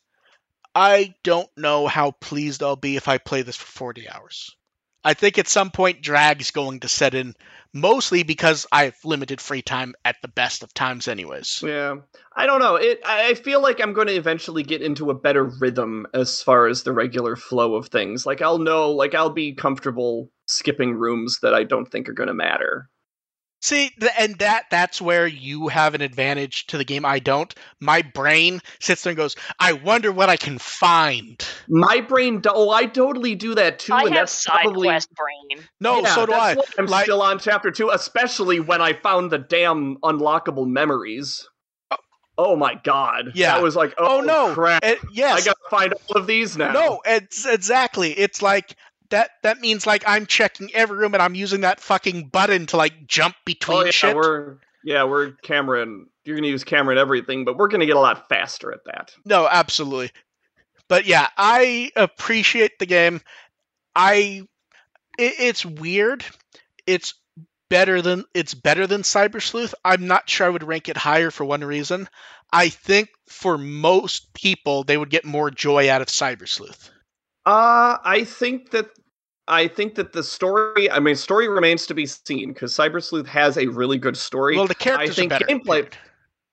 S1: I don't know how pleased I'll be if I play this for 40 hours. I think at some point drag's going to set in, mostly because I have limited free time at the best of times, anyways.
S2: Yeah. I don't know. It. I I feel like I'm going to eventually get into a better rhythm as far as the regular flow of things. Like I'll know. Like I'll be comfortable skipping rooms that I don't think are going to matter.
S1: See, th- and that that's where you have an advantage to the game. I don't. My brain sits there and goes, "I wonder what I can find."
S2: My brain. do- Oh, I totally do that too.
S3: I
S2: and
S3: have
S2: that's
S3: side
S2: probably
S3: quest brain.
S1: No,
S2: Yeah,
S1: so do I.
S2: that's why I'm
S1: Like-
S2: still on chapter two, especially when I found the damn unlockable memories.
S1: Oh.
S2: Oh my god!
S1: Yeah.
S2: I was like,
S1: Oh,
S2: oh,
S1: no.
S2: crap!
S1: Eh, yes.
S2: I gotta find all of these now. Oh,
S1: No, it's exactly. It's like that. That means like I'm checking every room and I'm using that fucking button to like jump between
S2: oh yeah,
S1: shit.
S2: we're yeah, we're Cameron. You're gonna use Cameron everything, but we're gonna get a lot faster at that.
S1: No, absolutely. But yeah, I appreciate the game. I it, it's weird. It's better than it's better than Cyber Sleuth. I'm not sure I would rank it higher for one reason. I think for most people they would get more joy out of Cyber Sleuth.
S2: Uh, I think that I think that the story. I mean, story remains to be seen because Cyber Sleuth has a really good story.
S1: Well, the characters
S2: think
S1: are better.
S2: gameplay-
S1: period.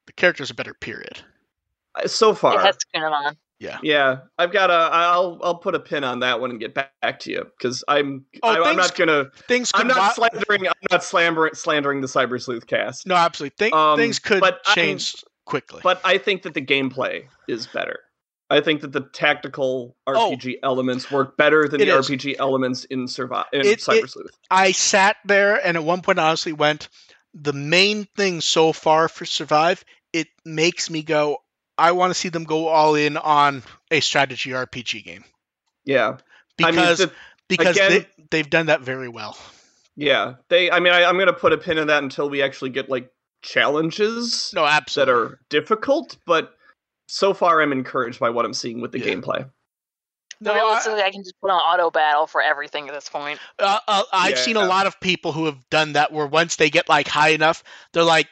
S1: The characters are better. Period.
S2: uh, so far,
S3: It has Cinnamon.
S2: Yeah, I've got a. I'll I'll put a pin on that one and get back, back to you because I'm
S1: Oh,
S2: I,
S1: things
S2: am not gonna
S1: Things. Could
S2: I'm
S1: wi-
S2: not slandering I'm not slandering slandering the Cyber Sleuth cast,
S1: No, absolutely. Think,
S2: Um,
S1: things could
S2: but I'm-
S1: change quickly.
S2: but I think that the gameplay is better. I think that the tactical RPG elements work better than
S1: Oh. It
S2: the
S1: is.
S2: RPG elements in Survive in
S1: It-
S2: Cyber
S1: it-
S2: Sleuth.
S1: I sat there and at one point I honestly went, the main thing so far for Survive, it makes me go, I want to see them go all in on a strategy RPG game.
S2: Yeah,
S1: Because
S2: I mean, the-
S1: because
S2: again-
S1: they, they've done that very well.
S2: yeah, they. I mean, I, I'm gonna put a pin in that until we actually get like challenges
S1: No,
S2: that
S1: absolutely.
S2: are difficult, but. So far, I'm encouraged by what I'm seeing with the
S1: Yeah.
S2: gameplay.
S1: no, I,
S3: Realistically, I, can just put on auto battle for everything at this point.
S1: uh, uh, I've seen a
S2: Yeah.
S1: lot of people who have done that where once they get like high enough, they're like,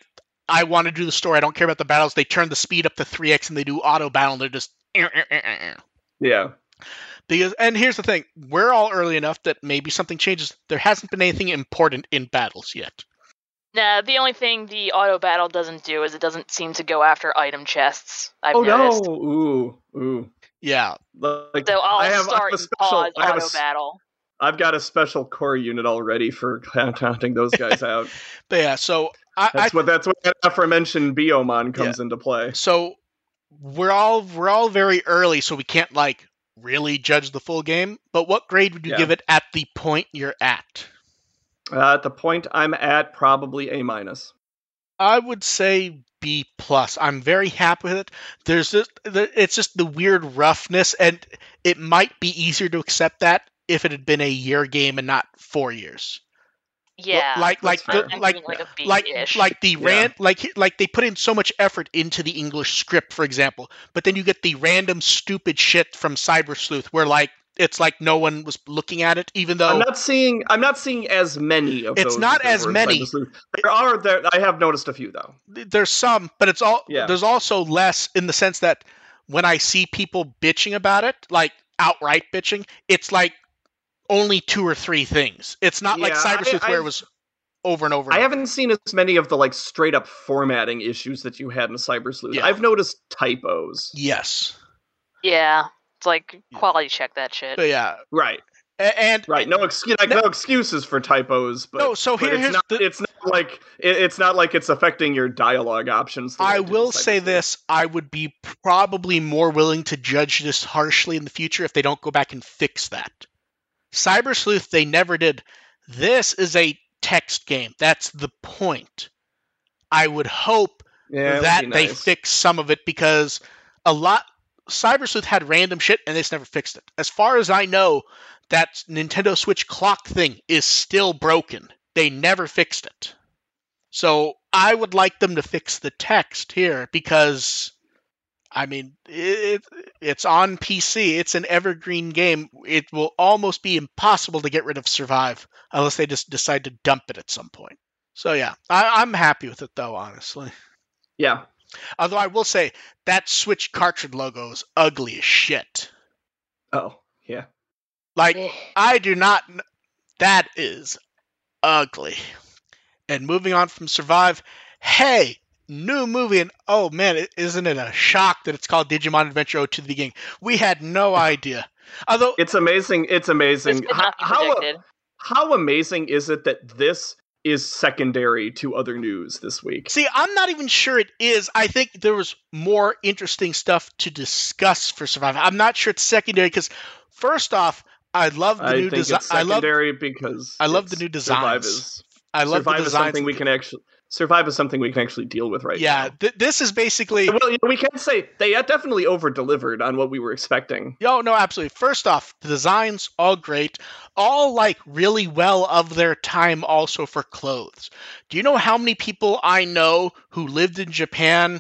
S1: I want to do the story. I don't care about the battles. They turn the speed up to 3x and they do auto battle and they're just. "Eh, eh, eh, eh, eh."
S2: Yeah,
S1: Because and here's the thing, we're all early enough that maybe something changes. There hasn't been anything important in battles yet.
S3: Nah, the only thing the auto battle doesn't do is it doesn't seem to go after item chests. I've
S2: oh
S3: noticed.
S2: no! Ooh, ooh.
S1: Yeah.
S2: Like,
S3: So I'll
S2: I have- I have
S3: start
S2: a
S3: and
S2: special-
S3: pause
S2: I have a
S3: auto
S2: s-
S3: battle.
S2: I've got a special core unit already for counting those guys out.
S1: But yeah, so I, I
S2: That's what that's what that aforementioned Biomon comes into play.
S1: so we're all we're all very early, so we can't like really judge the full game. But what grade would you
S2: Yeah.
S1: give it at the point you're at?
S2: Uh, at the point I'm at, probably a minus.
S1: I would say B plus. I'm very happy with it. There's just the- it's just the weird roughness, and it might be easier to accept that if it had been a year game and not four years.
S3: yeah,
S1: like like
S2: fair.
S1: the,
S3: I'm
S1: like
S3: thinking like a B
S1: like
S3: ish.
S1: like the
S2: Yeah.
S1: ran like like they put in so much effort into the English script, for example, but then you get the random stupid shit from Cyber Sleuth where like it's like no one was looking at it, even though
S2: I'm not seeing. I'm not seeing as many of.
S1: It's
S2: those
S1: not
S2: that
S1: as
S2: were in
S1: many.
S2: Cyber Sleuth. There are. There, I have noticed a few though.
S1: th- there's some, but it's all
S2: Yeah.
S1: there's also less in the sense that when I see people bitching about it, like outright bitching, it's like only two or three things. It's not like
S2: Yeah,
S1: Cyber
S2: I-
S1: Sleuth where it was
S2: I've-
S1: over and over. and
S2: I
S1: over.
S2: haven't seen as many of the like straight up formatting issues that you had in Cyber Sleuth.
S1: Yeah.
S2: I've noticed typos.
S1: yes,
S3: yeah, it's like
S1: Yeah.
S3: quality check that shit.
S1: but yeah,
S2: Right,
S1: A- and
S2: right. No excuse. Like, no excuses for typos. But,
S1: no. So
S2: but
S1: here,
S2: it's
S1: here's
S2: not.
S1: the,
S2: It's not like it, it's not like it's affecting your dialogue options. the way
S1: I
S2: it did in
S1: will
S2: Cyber
S1: say
S2: Sleuth.
S1: this: I would be probably more willing to judge this harshly in the future if they don't go back and fix that. Cyber Sleuth, they never did. This is a text game. That's the point. I would hope
S2: Yeah, it would
S1: that
S2: be
S1: they
S2: nice.
S1: fix some of it because a lot Cyber Sleuth had random shit and they just never fixed it. As far as I know, that Nintendo Switch clock thing is still broken. They never fixed it. So I would like them to fix the text here because I mean it, it's on PC. It's an evergreen game. It will almost be impossible to get rid of Survive unless they just decide to dump it at some point. So yeah, I, I'm happy with it though, honestly.
S2: Yeah,
S1: Although I will say that Switch cartridge logo is ugly as shit.
S2: Oh, yeah.
S1: Like I do not. kn- That is ugly. And moving on from Survive, hey, new movie, and oh man, i- isn't it a shock that it's called Digimon Adventure 0 to the beginning? We had no idea. Although
S2: It's amazing. It's amazing.
S3: This could
S2: How,
S3: not be
S2: how uh,
S3: predicted.
S2: how amazing is it that this is secondary to other news this week?
S1: See, I'm not even sure it is. I think there was more interesting stuff to discuss for Survive. I'm not sure it's secondary because, first off, I love the
S2: I
S1: new
S2: think
S1: design.
S2: it's
S1: I love
S2: secondary because
S1: I love
S2: it's-
S1: the new
S2: Survive
S1: designs.
S2: is,
S1: I love
S2: survive
S1: the
S2: is
S1: designs.
S2: something we can actually survive is something we can actually deal with right
S1: yeah, th- this is basically.
S2: now. Well, you know, we can say they uh, definitely over delivered on what we were expecting.
S1: Yo, no, absolutely. First off, the designs all great, all like really well of their time. Also for clothes. Do you know how many people I know who lived in Japan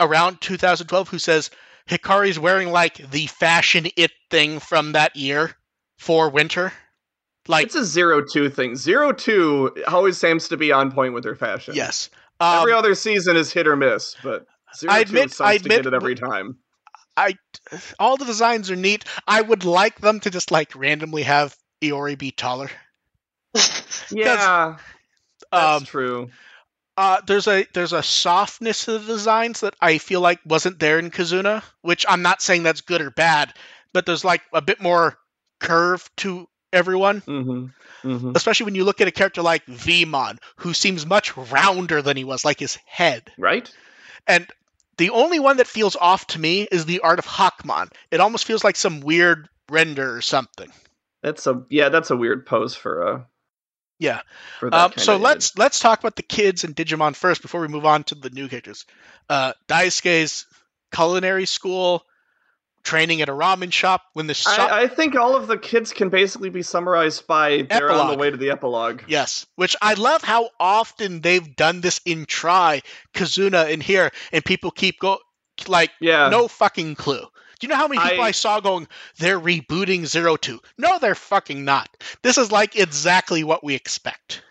S1: around 2012 who says Hikari's wearing like the fashion it thing from that year for winter? Like
S2: It's a zero two thing. Zero two always seems to be on point with their fashion.
S1: yes.
S2: Every
S1: Um,
S2: other season is hit or miss, but zero
S1: I
S2: two
S1: admit-
S2: seems
S1: I
S2: to
S1: admit-
S2: get it every time.
S1: all the designs are neat. I would like them to just like randomly have Iori be taller.
S2: Yeah, that's
S1: Um,
S2: true.
S1: uh, there's a there's a softness to the designs that I feel like wasn't there in Kazuna, which I'm not saying that's good or bad, but there's like a bit more curve to everyone,
S2: Mm-hmm. Mm-hmm.
S1: especially when you look at a character like Vmon, who seems much rounder than he was, like his head.
S2: Right?
S1: And the only one that feels off to me is the art of Hakmon. It almost feels like some weird render or something.
S2: That's a yeah. That's a weird pose for a
S1: Yeah.
S2: For that
S1: Um,
S2: kinda
S1: so
S2: image.
S1: let's let's talk about the kids and Digimon first before we move on to the new characters. Uh, Daisuke's culinary school, training at a ramen shop. When the shop,
S2: I, I think all of the kids can basically be summarized by they're on the
S1: Epilogue.
S2: way to the epilogue.
S1: yes, which I love how often they've done this in Try Kazuna in here, and people keep go like
S2: Yeah.
S1: no fucking clue. Do you know how many people I,
S2: I-
S1: saw going? They're rebooting Zero Two. No, they're fucking not. This is like exactly what we expect.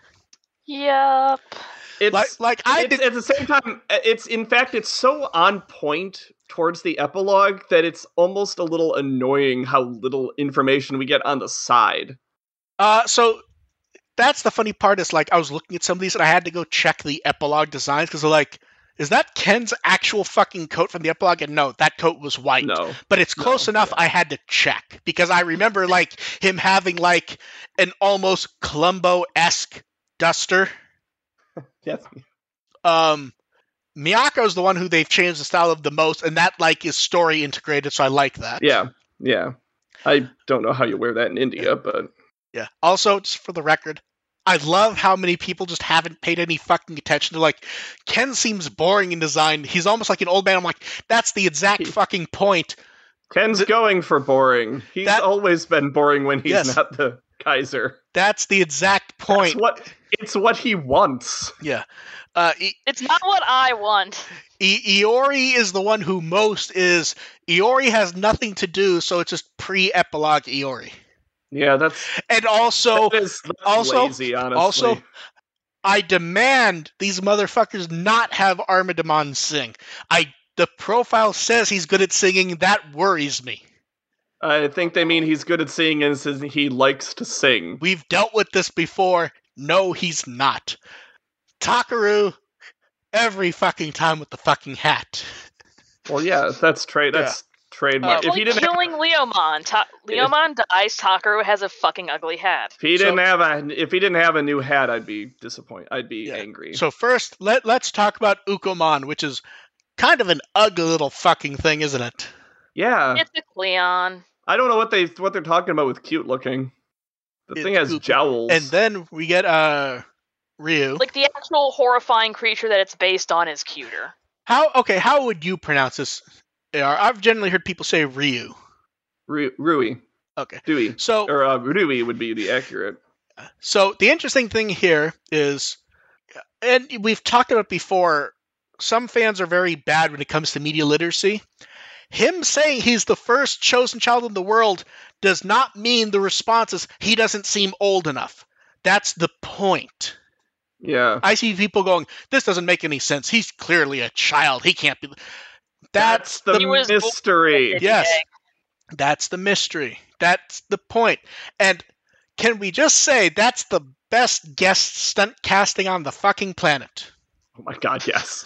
S3: Yep.
S2: it's,
S1: Like, like I
S2: it's-
S1: did.
S2: at the same time. uh, It's in fact, it's so on point towards the epilogue that it's almost a little annoying how little information we get on the side.
S1: Uh, so that's the funny part is like I was looking at some of these and I had to go check the epilogue designs because they're like, is that Ken's actual fucking coat from the epilogue? And no, that coat was white.
S2: No,
S1: But it's
S2: No,
S1: close enough. I had to check because I remember like him having like an almost Columbo esque duster.
S2: yes.
S1: Um, Miyako's the one who they've changed the style of the most, and that like is story integrated, so I like that.
S2: yeah, yeah. I don't know how you wear that in India, but
S1: Yeah. Also, just for the record, I love how many people just haven't paid any fucking attention. They're like, Ken seems boring in design. He's almost like an old man. I'm like, that's the exact
S2: He-
S1: fucking point.
S2: Ken's going for boring. He's
S1: That-
S2: always been boring when he's
S1: Yes.
S2: not the Kaiser.
S1: That's the exact
S2: That's
S1: point.
S2: what it's what he wants.
S1: Yeah. Uh, E-
S3: It's not what I want.
S1: E- Iori is the one who most is. Iori has nothing to do, so it's just pre-epilogue Iori.
S2: Yeah, that's
S1: And also,
S2: that is that's
S1: also-
S2: lazy, honestly.
S1: also- I demand these motherfuckers not have Armadamon sing. I the profile says he's good at singing. That worries me.
S2: I think they mean he's good at singing and says he likes to sing.
S1: We've dealt with this before. No, he's not. Takaru, every fucking time with the fucking hat.
S2: Well, yeah, that's trade.
S1: Yeah.
S2: That's trademark.
S3: It's
S2: if he
S3: like
S2: didn't, have,
S3: killing Leomon. Ta- Leomon dies. Takaru has a fucking ugly hat.
S2: if he
S1: So-
S2: didn't have a, if he didn't have a new hat, I'd be disappointed. I'd be
S1: Yeah.
S2: angry.
S1: So first, let let's talk about Ukomon, which is kind of an ugly little fucking thing, isn't it?
S2: yeah,
S3: It's a Cleon.
S2: I don't know what they what they're talking about with cute looking. The
S1: It's
S2: thing has
S1: cute.
S2: jowls.
S1: And then we get uh Ryu.
S3: Like the actual horrifying creature that it's based on is cuter.
S1: How okay? How would you pronounce this? AR? I've generally heard people say Ryu.
S2: Ru- Rui,
S1: Okay,
S2: Dewey,
S1: so
S2: or uh, Rui would be the accurate.
S1: so the interesting thing here is, and we've talked about it before. Some fans are very bad when it comes to media literacy. Him saying he's the first chosen child in the world does not mean the response is he doesn't seem old enough. That's the point.
S2: Yeah,
S1: I see people going, "This doesn't make any sense. He's clearly a child. He can't be." That's
S2: that's the
S3: He was born-
S2: mystery.
S1: Yes. That's the mystery. That's the point. And can we just say that's the best guest stunt casting on the fucking planet?
S2: Oh my god, yes.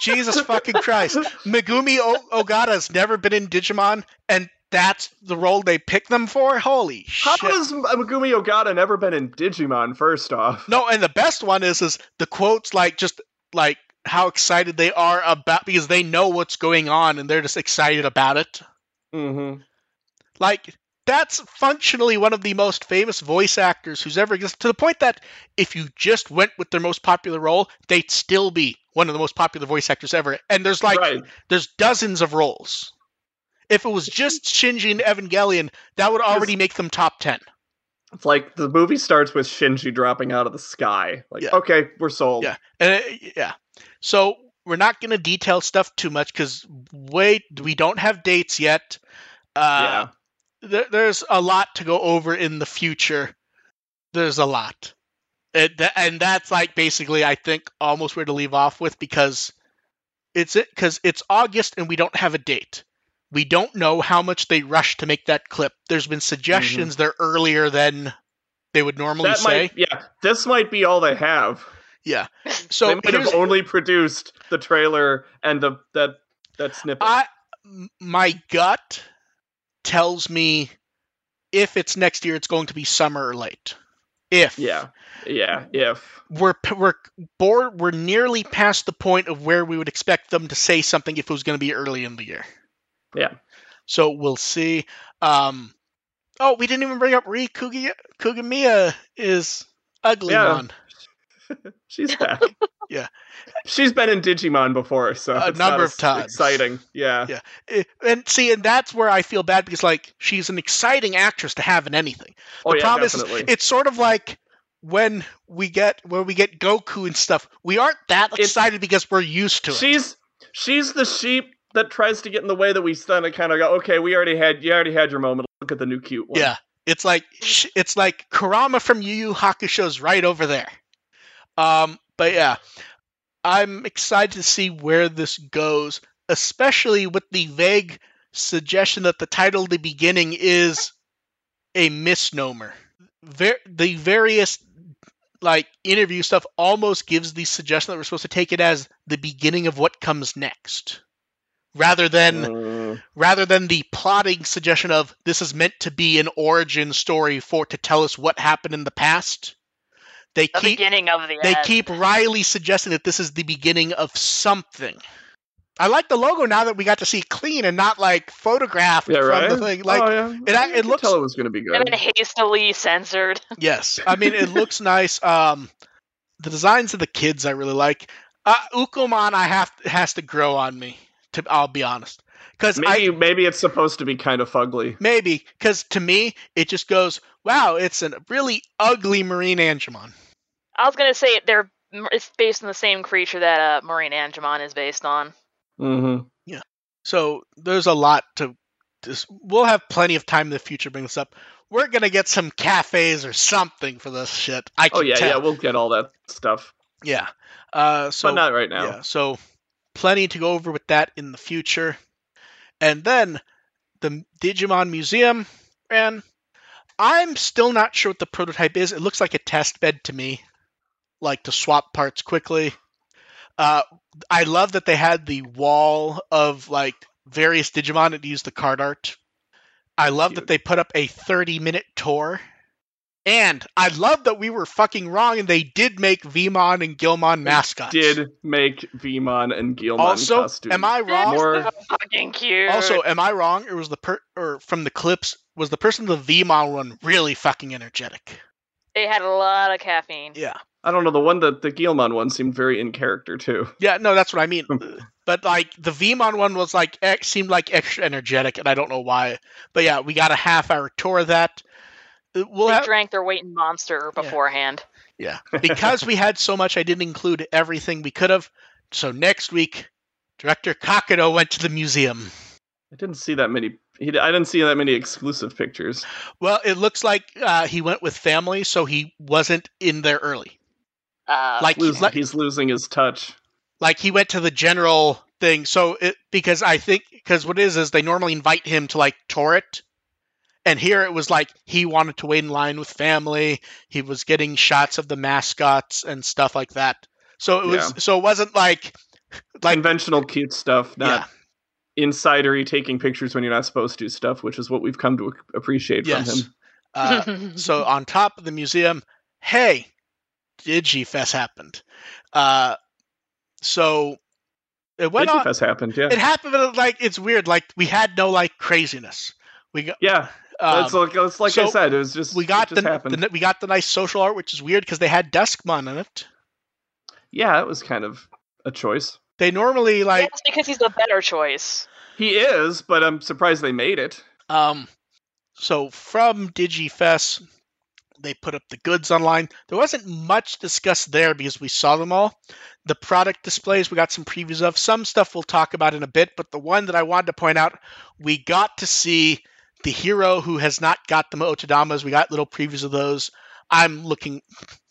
S1: Jesus fucking Christ. Megumi o- Ogata's never been in Digimon, and that's the role they picked them for? Holy
S2: How
S1: shit.
S2: has uh, Megumi Ogata never been in Digimon? First off,
S1: No, and the best one is is the quotes like just like how excited they are about because they know what's going on and they're just excited about it.
S2: mm-hmm.
S1: Like that's functionally one of the most famous voice actors who's ever existed. To the point that if you just went with their most popular role, they'd still be one of the most popular voice actors ever. And there's like
S2: right.
S1: there's dozens of roles. If it was just
S2: Mm-hmm.
S1: Shinji and Evangelion, that would already make them top ten.
S2: It's like the movie starts with Shinji dropping out of the sky. Like,
S1: Yeah.
S2: okay, we're sold.
S1: Yeah. Uh, yeah. So we're not going to detail stuff too much because wait, we don't have dates yet. Uh,
S2: Yeah.
S1: there, there's a lot to go over in the future. There's a lot. It, tha- and that's like basically, I think, almost where to leave off with because it's it because it's August and we don't have a date. We don't know how much they rushed to make that clip. There's
S2: Mm-hmm.
S1: been suggestions they're earlier than they would normally
S2: That
S1: say.
S2: might, yeah, this might be all they have.
S1: Yeah.
S2: they
S1: So
S2: might have
S1: here's-
S2: only produced the trailer and the that that snippet.
S1: I m- my gut tells me if it's next year, it's going to be summer or late. If
S2: yeah, yeah. If
S1: we're p- we're bored, we're nearly past the point of where we would expect them to say something if it was going to be early in the year.
S2: Yeah.
S1: So we'll see. Um, oh, we didn't even bring up Ri Kugi- Kugamiya is ugly
S2: Yeah.
S1: man.
S2: she's back,
S1: Yeah.
S2: she's been in Digimon before, so
S1: A
S2: it's not
S1: number of
S2: as
S1: times.
S2: Exciting, yeah.
S1: Yeah. Eh, And see, and that's where I feel bad because like she's an exciting actress to have in anything.
S2: Oh yeah,
S1: problem is,
S2: definitely.
S1: it's sort of like when we get when we get Goku and stuff. We aren't that
S2: It's-
S1: excited because we're used to it.
S2: she's she's the sheep that tries to get in the way that we stun and kind of go, okay, we already had you already had your moment. Look at the new cute one.
S1: yeah, it's like sh- it's like Kurama from Yu Yu Hakusho's right over there. Um, but yeah, I'm excited to see where this goes, especially with the vague suggestion that the title "The Beginning" is a misnomer. Ver- the various like interview stuff almost gives the suggestion that we're supposed to take it as the beginning of what comes next, rather than
S2: Mm.
S1: rather than the plotting suggestion of this is meant to be an origin story for to tell us what happened in the past. They
S3: The
S1: keep
S3: beginning of the
S1: they
S3: end.
S1: keep Riley suggesting that this is the beginning of something. I like the logo now that we got to see clean and not like photographed
S2: Yeah,
S1: from
S2: right.
S1: the thing. Like
S2: oh, yeah.
S1: it ac-
S2: I
S1: it
S2: could
S1: looks-
S2: tell it was going to be
S3: and
S2: good.
S3: then hastily censored.
S1: yes, I mean it looks nice. Um, the designs of the kids I really like. Uh, Ukoman I have has to grow on me. To I'll be honest, because I
S2: Maybe maybe it's supposed to be kind of fugly.
S1: Maybe, because to me, it just goes, wow, it's a really ugly marine Angemon.
S3: I was gonna say they're it's based on the same creature that uh, Marine Angemon is based on.
S2: Mm-hmm.
S1: So there's a lot to. This, we'll have plenty of time in the future to bring this up. We're gonna get some cafes or something for this shit. I can
S2: Oh yeah,
S1: tell.
S2: yeah. We'll get all that stuff,
S1: yeah. Uh, so
S2: but not right now.
S1: Yeah, so plenty to go over with that in the future. And then the Digimon Museum, and I'm still not sure what the prototype is. It looks like a test bed to me, like to swap parts quickly. Uh, I love that they had the wall of like various Digimon and used the card art. I love
S2: Cute.
S1: that they put up a 30 minute tour. And I love that we were fucking wrong and they did make Vmon and Gilmon mascots.
S2: Did make Vemon and Gilmon
S1: Also,
S2: costumes.
S1: am I wrong?
S2: More-
S3: So fucking cute.
S1: Also, am I wrong? Or was the per or from the clips was the person in the V model one really fucking energetic?
S3: they had a lot of caffeine.
S1: Yeah,
S2: I don't know. The one that the Gilmon one seemed very in character too.
S1: yeah, no, that's what I mean. but like the V mod one was like ex- seemed like extra energetic, and I don't know why. But yeah, we got a half hour tour of that. Uh, We'll
S3: They
S1: have,
S3: drank their weight in monster
S1: Yeah.
S3: beforehand.
S1: because we had so much, I didn't include everything we could have. So next week, director Kakado went to the museum.
S2: I didn't see that many. He, I didn't see that many exclusive pictures.
S1: Well, it looks like uh, he went with family, so he wasn't in there early.
S3: Uh,
S1: Like,
S2: Lose,
S1: Let-
S2: he's losing his touch.
S1: like he went to the general thing so it because i think because what it is is they normally invite him to like tour it and here it was like he wanted to wait in line with family he was getting shots of the mascots and stuff like that so it was so it wasn't like like
S2: Conventional cute stuff,
S1: yeah
S2: not insidery taking pictures when you're not supposed to stuff, which is what we've come to a- appreciate from
S1: yes
S2: him.
S1: uh, so on top of the museum, hey, DigiFest happened. Uh, so it went on.
S2: Digifest happened, yeah,
S1: It happened, but like it's weird. Like we had no like craziness. We got
S2: yeah.
S1: um,
S2: that's like, that's like I
S1: so
S2: said. It was just
S1: we got
S2: it just
S1: the,
S2: happened.
S1: the- we got the nice social art, which is weird because they had Duskmon in it.
S2: yeah, it was kind of a choice.
S1: They normally like
S3: That's because he's the better choice.
S2: He is, but I'm surprised they made it.
S1: um, so from DigiFest, they put up the goods online. There wasn't much discussed there because we saw them all. The product displays we got some previews of. Some stuff we'll talk about in a bit, but the one that I wanted to point out, we got to see the hero who has not got the Otodamas. We got little previews of those. I'm looking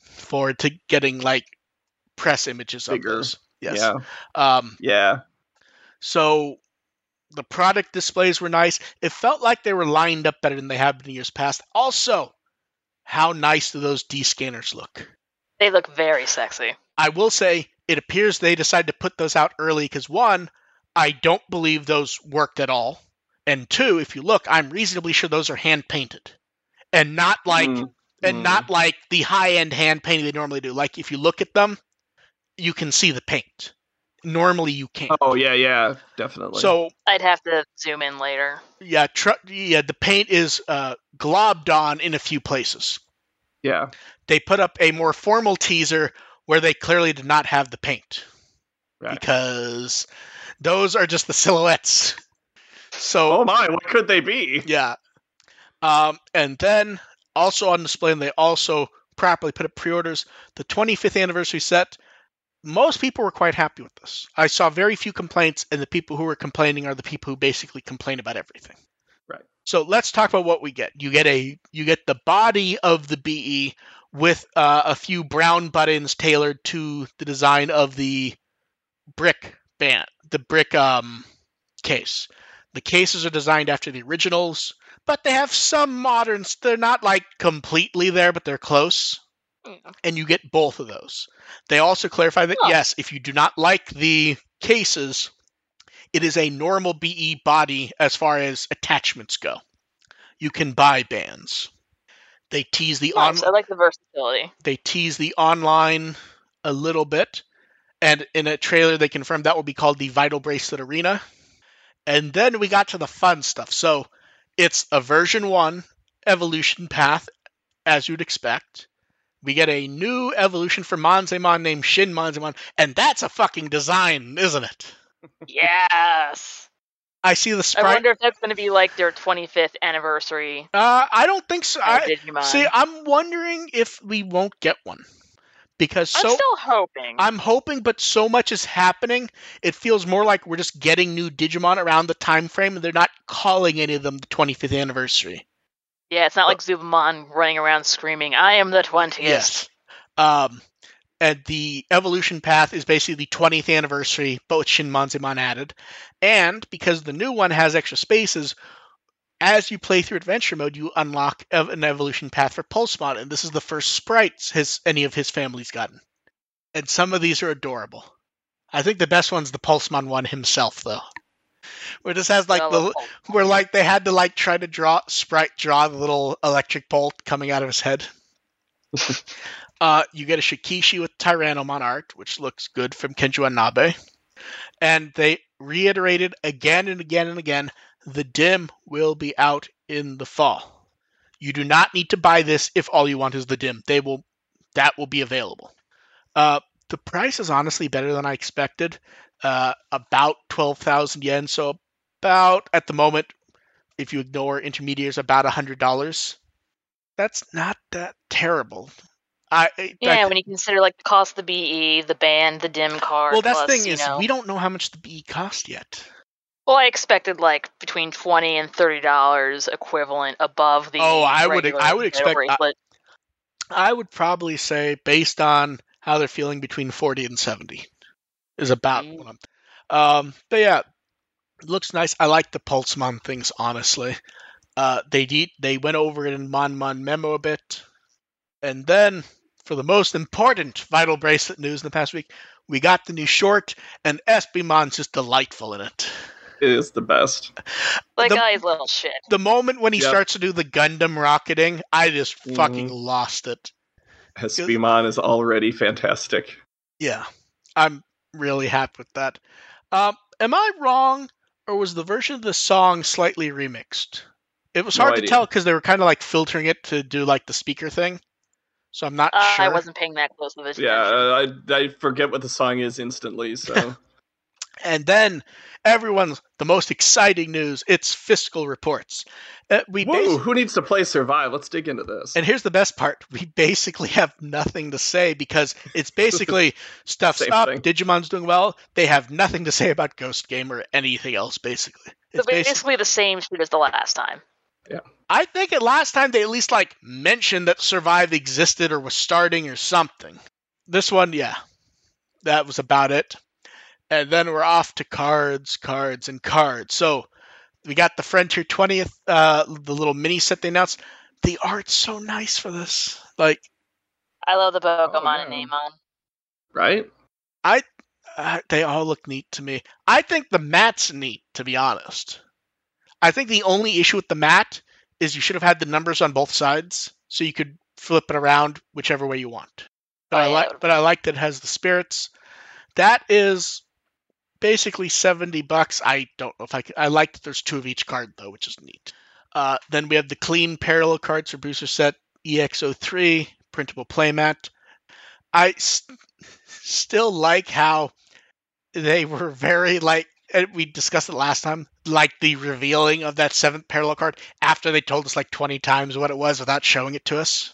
S1: forward to getting like press images
S2: Bigger.
S1: of those. Yes.
S2: Yeah,
S1: Um,
S2: yeah.
S1: so the product displays were nice. It felt like they were lined up better than they have been in years past. Also, how nice do those D scanners look?
S3: They look very sexy.
S1: I will say it appears they decided to put those out early because one, I don't believe those worked at all. And two, if you look, I'm reasonably sure those are hand painted. And not like
S2: Mm,
S1: and
S2: mm.
S1: not like the high end hand painting they normally do. Like if you look at them, you can see the paint. Normally you can't.
S2: Oh yeah, yeah, definitely.
S1: So
S3: I'd have to zoom in later.
S1: Yeah, tr- yeah. The paint is uh, globbed on in a few places.
S2: yeah,
S1: They put up a more formal teaser where they clearly did not have the paint
S2: right.
S1: because those are just the silhouettes. So
S2: oh my, what could they be?
S1: yeah. Um, and then also on display, and they also properly put up pre-orders. The 25th anniversary set. Most people were quite happy with this. I saw very few complaints, and the people who were complaining are the people who basically complain about everything.
S2: Right.
S1: So let's talk about what we get. You get a you get the body of the BE with uh, a few brown buttons tailored to the design of the brick band, the brick um case. The cases are designed after the originals, but they have some moderns. They're not like completely there, but they're close.
S3: Mm.
S1: And you get both of those. They also clarify that
S3: Oh.
S1: yes, if you do not like the cases, it is a normal BE body as far as attachments go. You can buy bands. They tease the on
S3: Nice. I like the versatility.
S1: they tease the online a little bit and in a trailer they confirmed that will be called the vital bracelet arena and then we got to the fun stuff so it's a version 1 evolution path as you'd expect we get a new evolution for monzemon named shin monzemon and that's a fucking design isn't it
S3: Yes.
S1: i see the
S3: I
S1: sprite
S3: wonder if that's going to be like their 25th anniversary.
S1: uh, i don't think so
S3: of
S1: I,
S3: Digimon.
S1: see i'm wondering if we won't get one because
S3: I'm
S1: so
S3: still hoping.
S1: I'm hoping, but so much is happening. It feels more like we're just getting new Digimon around the time frame, and they're not calling any of them the 25th anniversary.
S3: yeah, it's not like Zubamon running around screaming, "I am the 20th.
S1: Um, and the evolution path is basically the 20th anniversary, but with Shin Manzimon added. And because the new one has extra spaces, as you play through adventure mode, you unlock ev- an evolution path for Pulsemon, and this is the first sprites his any of his family's gotten. And some of these are adorable. I think the best one's the Pulsemon one himself, though, where this has like
S3: Well,
S1: the
S3: oh,
S1: where like they had to like try to draw sprite draw the little electric bolt coming out of his head. uh, you get a Shikishi with Tyrannomon art, which looks good from Kenju Nabe, and they reiterated again and again and again the dim will be out in the fall. You do not need to buy this if all you want is the dim. They will that will be available. Uh, the price is honestly better than I expected. Uh, about twelve thousand yen, so about at the moment, if you ignore intermediaries, about a hundred dollars. That's not that terrible. I, I
S3: Yeah,
S1: I-
S3: when you consider like the cost of the BE, the band, the dim card.
S1: well, that's
S3: plus,
S1: the thing
S3: you
S1: is
S3: know-
S1: we don't know how much the BE cost yet.
S3: Well, I expected like between twenty and thirty dollars equivalent above the.
S1: Oh, I would-
S3: regular
S1: I would
S3: metal
S1: expect- uh, I-
S3: bracelet.
S1: I would probably say based on how they're feeling between 40 and 70 is about
S3: Mm.
S1: what I'm um but yeah it looks nice I like the Pulsemon things honestly uh they de- they went over it in Mon Mon Memo a bit and then for the most important vital bracelet news in the past week we got the new short and Espimon's just delightful in it
S2: It is the best.
S3: That
S1: the-
S3: guy's little shit.
S1: the moment when he
S2: Yep.
S1: starts to do the Gundam rocketing I just fucking
S2: Mhm.
S1: lost it
S2: Hespimon is already fantastic.
S1: Yeah, I'm really happy with that. Um, am I wrong, or was the version of the song slightly remixed? It was
S2: No
S1: hard to
S2: idea.
S1: tell because they were kind of like filtering it to do like the speaker thing. So I'm not
S3: Uh,
S1: sure.
S3: I wasn't paying that close of attention.
S2: Yeah, uh, I I forget what the song is instantly. So
S1: And then everyone's the most exciting news. It's fiscal reports. Uh, we basi-
S2: woo, who needs to play Survive? Let's dig into this.
S1: And here's the best part: we basically have nothing to say because it's basically stuff's
S2: Same
S1: up,
S2: thing.
S1: Digimon's doing well. They have nothing to say about Ghost Game or anything else. Basically,
S3: So
S1: it's
S3: basically,
S1: basi-
S3: the same shit as the last time.
S1: I think at last time they at least like mentioned that Survive existed or was starting or something. This one, yeah, that was about it. And then we're off to cards, cards, and cards. So we got the Frontier twentieth, uh, the little mini set they announced. The art's so nice for this. Like
S3: I love the
S1: Oh,
S3: Pokemon and
S2: yeah.
S3: Namon.
S2: right?
S1: uh, they all look neat to me. I think the mat's neat, to be honest. I think the only issue with the mat is you should have had the numbers on both sides, so you could flip it around whichever way you want. But
S3: Oh,
S1: I
S3: yeah, that
S1: like,
S3: would-
S1: but I like that it has the spirits. That is basically seventy bucks. I don't know if I c- I like that there's two of each card though, which is neat. Uh, then we have the clean parallel cards for booster set E EX03 printable playmat. I s- still like how they were very like and we discussed it last time like the revealing of that seventh parallel card after they told us like 20 times what it was without showing it to us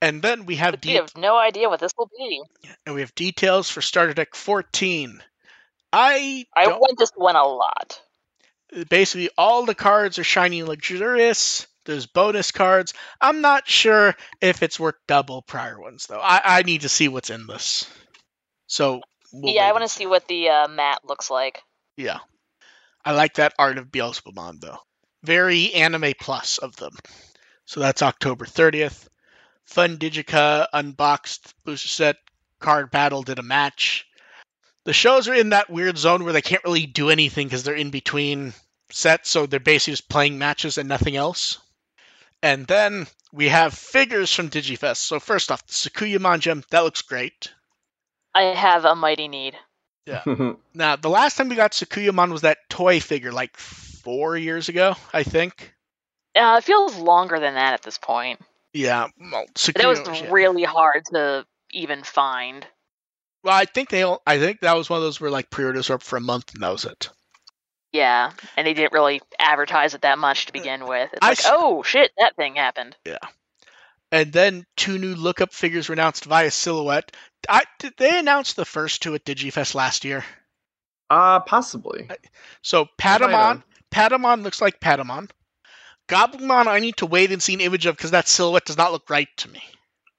S1: and then we have
S3: But you have no idea what this will be.
S1: and we have details for starter deck 14 i
S3: I
S1: don't-
S3: want this one a lot.
S1: basically all the cards are shiny and luxurious there's bonus cards i'm not sure if it's worth double prior ones though i, I need to see what's in this so we'll
S3: yeah, I
S1: wait
S3: want to see what the uh, mat looks like.
S1: Yeah. I like that art of Beelzebubon though. Very anime plus of them. So that's October 30th. Fun Digica unboxed booster set card battle did a match. The shows are in that weird zone where they can't really do anything because they're in between sets, so they're basically just playing matches and nothing else. And then we have figures from Digifest. So first off, the Sakuyamon gem, that looks great.
S3: I have a mighty need.
S1: Now, the last time we got Sakuyamon was that toy figure, like four years ago, I think.
S3: Uh, it feels longer than that at this point.
S1: Yeah, well,
S3: But that was
S1: Sakuya. yeah.
S3: really hard to even find.
S1: Well, I think they. all- I think that was one of those where like pre-orders were up for a month, and that was it.
S3: Yeah, and they didn't
S2: Uh,
S3: really advertise it that much to begin with. It's
S1: I
S3: like,
S1: s-
S3: oh shit, that thing happened.
S1: and then two new lookup figures were announced via silhouette. I, did they announce the first two at Digifest last year?
S2: Uh, possibly.
S1: So Patamon, Patamon looks like Patamon. Goblinmon, I need to wait and see an image of because that silhouette does not look right to me.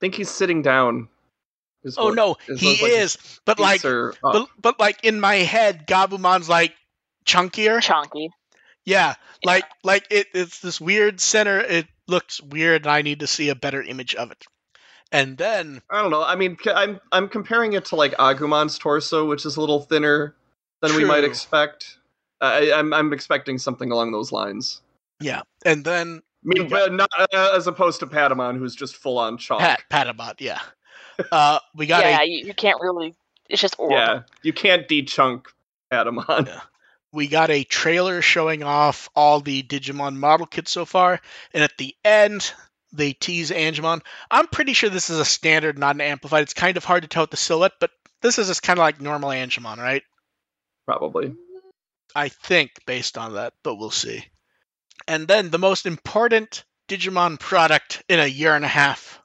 S2: think he's sitting down. is
S1: Oh
S2: what-
S1: no,
S2: is
S1: he
S2: what- like, his
S1: is, but like,
S2: feet are uh, up.
S1: but, but like in my head, Gabumon's like chunkier.
S3: Chunky.
S1: Yeah, like like it, it's this weird center. It looks weird, and I need to see a better image of it. And then
S2: I don't know. I mean, c- I'm I'm comparing it to like Agumon's torso, which is a little thinner than we might
S1: True.
S2: expect. I, I'm I'm expecting something along those lines.
S1: and then
S2: I mean, but not uh, as opposed to Patamon, who's just full on chalk.
S1: Pat Patabot, yeah. Uh, we got
S3: yeah,
S1: a
S3: you, you can't really. It's just oral.
S2: yeah, you can't de-chunk Patamon.
S1: we got a trailer showing off all the Digimon model kits so far, and at the end they tease Angemon. I'm pretty sure this is a standard, not an amplified. It's kind of hard to tell with the silhouette, but this is just kind of like normal Angemon, right?
S2: Probably.
S1: I think based on that, but we'll see. And then the most important Digimon product in a year and a half,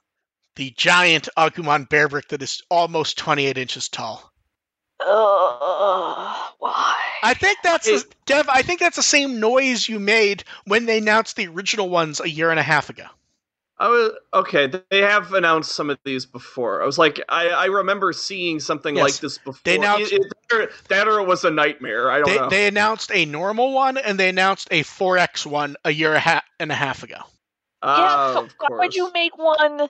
S1: the giant Agumon bear brick that is almost 28 inches tall.
S3: Ugh, why?
S1: I think that's the, Dev. I think that's the same noise you made when they announced the original ones a year and a half ago.
S2: I was okay. th- They have announced some of these before. I was like, I, I remember seeing something
S1: Yes.
S2: like this before.
S1: They announced-
S2: It- it- that or- that or it was a nightmare. I don't
S1: They,
S2: know.
S1: they announced a normal one and they announced a 4X one a year a ha- and a half ago.
S2: Ah,
S3: yeah, so
S2: of
S3: why would
S2: course.
S3: you make one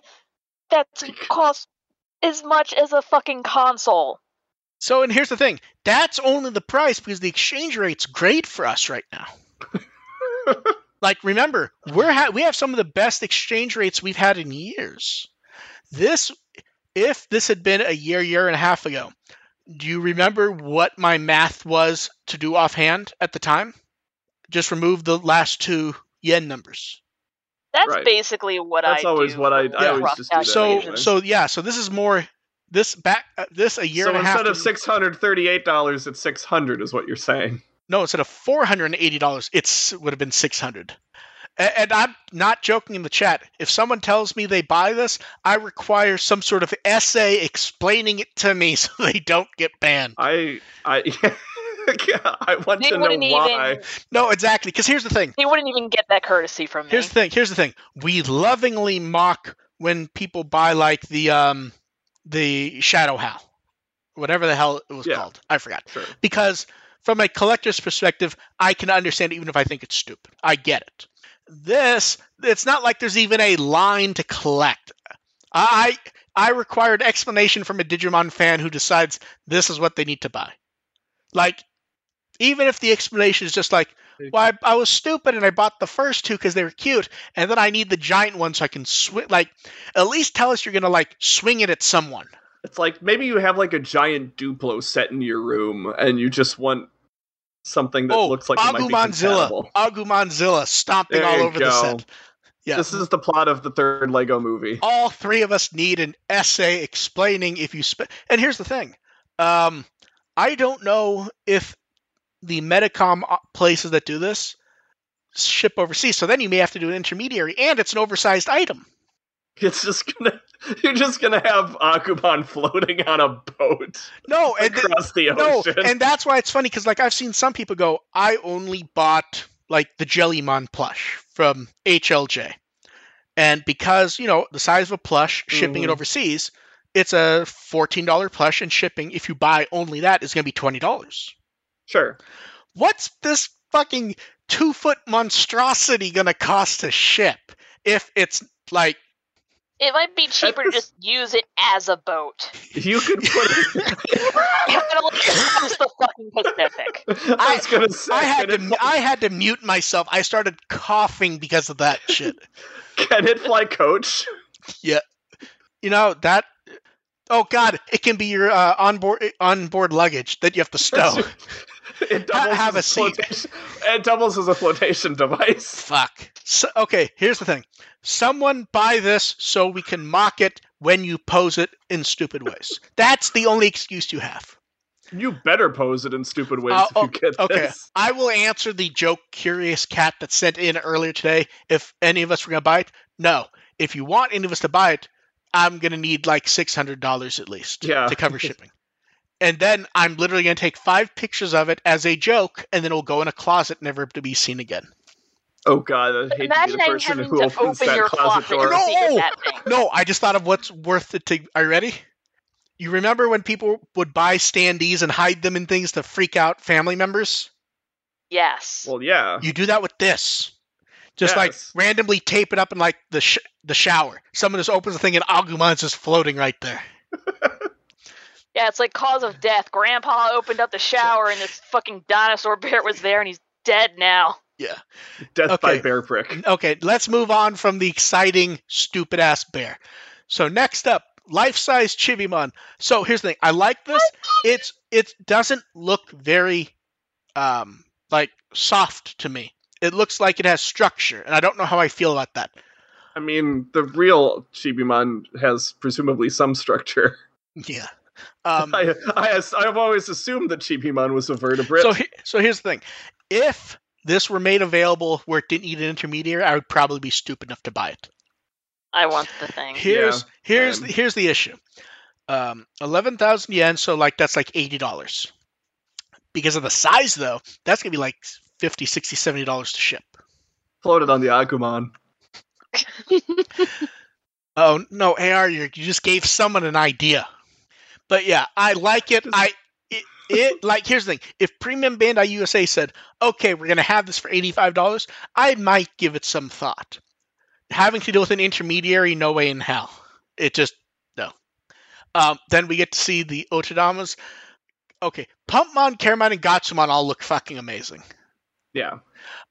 S3: that costs as much as a fucking console?
S1: So, and here's the thing: that's only the price because the exchange rate's great for us right now. like, remember, we're ha- we have some of the best exchange rates we've had in years. This, if this had been a year, year and a half ago, do you remember what my math was to do offhand at the time? Just remove the last two yen numbers.
S3: That's
S2: Right.
S3: basically what I.
S2: That's always
S3: do
S2: what I-
S3: with
S2: I
S1: always
S3: rough
S2: just do that
S1: So,
S2: anyway.
S1: so yeah, so this is more this back uh, this a year
S2: so
S1: and a half
S2: instead of
S1: to-
S2: six hundred thirty-eight dollars, it's six hundred, is what you're saying.
S1: No, instead of four hundred and eighty dollars, it's would have been six hundred. And, and I'm not joking in the chat. If someone tells me they buy this, I require some sort of essay explaining it to me so they don't get banned.
S2: I, I, I want
S3: They
S2: to know
S3: wouldn't
S2: why.
S3: even.
S1: No, exactly. Because here's the thing.
S3: They wouldn't even get that courtesy from me.
S1: Here's the thing. Here's the thing. We lovingly mock when people buy like the um the Shadow Howl, whatever the hell it was
S2: Yeah.
S1: called. I forgot.
S2: Sure.
S1: because from a collector's perspective, I can understand it even if I think it's stupid. I get it. This, it's not like there's even a line to collect. I I required explanation from a Digimon fan who decides this is what they need to buy. Like, even if the explanation is just like, well, I, I was stupid and I bought the first two because they were cute, and then I need the giant one so I can swing. Like, at least tell us you're gonna like swing it at someone.
S2: It's like maybe you have like a giant Duplo set in your room, and you just want something that
S1: oh,
S2: looks like it might be
S1: Agumonzilla,
S2: compatible.
S1: Agumonzilla stomping
S2: There
S1: all
S2: you
S1: over the
S2: go.
S1: set. Yeah,
S2: This is the plot of the third Lego movie.
S1: all three of us need an essay explaining if you spend. And here's the thing, um, I don't know if the Medicom o- places that do this ship overseas. So then you may have to do an intermediary, and it's an oversized item.
S2: It's just gonna, you're just gonna have Akubon floating on a boat
S1: No, and th-
S2: across the
S1: no,
S2: ocean.
S1: and that's why it's funny because like I've seen some people go, I only bought like the Jellymon plush from HLJ, and because you know the size of a plush, shipping it
S2: Mhm.
S1: overseas, it's a fourteen dollar plush, and shipping if you buy only that is going to be twenty dollars.
S2: sure.
S1: What's this fucking two foot monstrosity going to cost to ship if it's like
S3: It might be cheaper to just use it as a boat.
S2: You could put.
S3: Paddle across the fucking Pacific.
S2: I was gonna say.
S1: I had
S2: can it
S1: to I had to mute myself. I started coughing because of that shit.
S2: Can it fly coach?
S1: you know that oh god it can be your uh, onboard onboard luggage that you have to stow
S2: It
S1: Ha-
S2: doubles
S1: have
S2: as
S1: a seat.
S2: flotation- It doubles as a flotation device.
S1: fuck so, okay here's the thing someone buy this so we can mock it when you pose it in stupid ways that's the only excuse you have
S2: You better pose it in stupid ways
S1: Oh,
S2: if you get
S1: okay.
S2: this.
S1: i will answer the joke curious cat that sent in earlier today if any of us were going to buy it no if you want any of us to buy it, I'm gonna need like six hundred dollars at least
S2: Yeah.
S1: to cover shipping. And then I'm literally gonna take five pictures of it as a joke, and then it'll go in a closet, never to be seen again.
S2: Oh god, I hate to be the
S3: Imagine
S2: person
S3: having
S2: who
S3: to
S2: opens
S3: open
S2: that
S3: your
S2: closet
S3: closet
S2: door.
S3: and see
S1: No!
S3: that thing.
S1: No, I just thought of what's worth it to. Are you ready? You remember when people would buy standees and hide them in things to freak out family members?
S3: Yes.
S2: Well, yeah.
S1: You do that with this. Just
S2: Yes.
S1: like randomly tape it up in like the sh- the shower. Someone just opens the thing and Agumon's just floating right there.
S3: Yeah, it's like cause of death. Grandpa opened up the shower and this fucking dinosaur bear was there and he's dead now.
S2: Death by
S1: Okay.
S2: bear brick.
S1: Okay, let's move on from the exciting stupid ass bear. So next up, life size Chibimon. So here's the thing. I like this. It's it doesn't look very um like soft to me. It looks like it has structure, and I don't know how I feel about that.
S2: I mean, the real Chibimon has presumably some structure.
S1: Yeah. Um,
S2: I, I, I've always assumed that Chibimon was a vertebrate.
S1: so he- so here's the thing. If this were made available where it didn't need an intermediary, I would probably be stupid enough to buy it.
S3: I want the thing.
S1: Here's here's
S2: um,
S1: the, here's the issue. Um, eleven thousand yen, so like that's like eighty dollars. Because of the size, though, that's gonna be like 50 60 70 dollars to ship.
S2: Floated on the Agumon.
S1: Oh no, AR, you you just gave someone an idea. But yeah, I like it. I it, it like here's the thing: if Premium Bandai USA said, "Okay, we're gonna have this for eighty five dollars," I might give it some thought. Having to deal with an intermediary, no way in hell. It just no. Um, then we get to see the Otodamas. Okay, Pumpmon, Caramon, and Gatsumon all look fucking amazing.
S2: Yeah,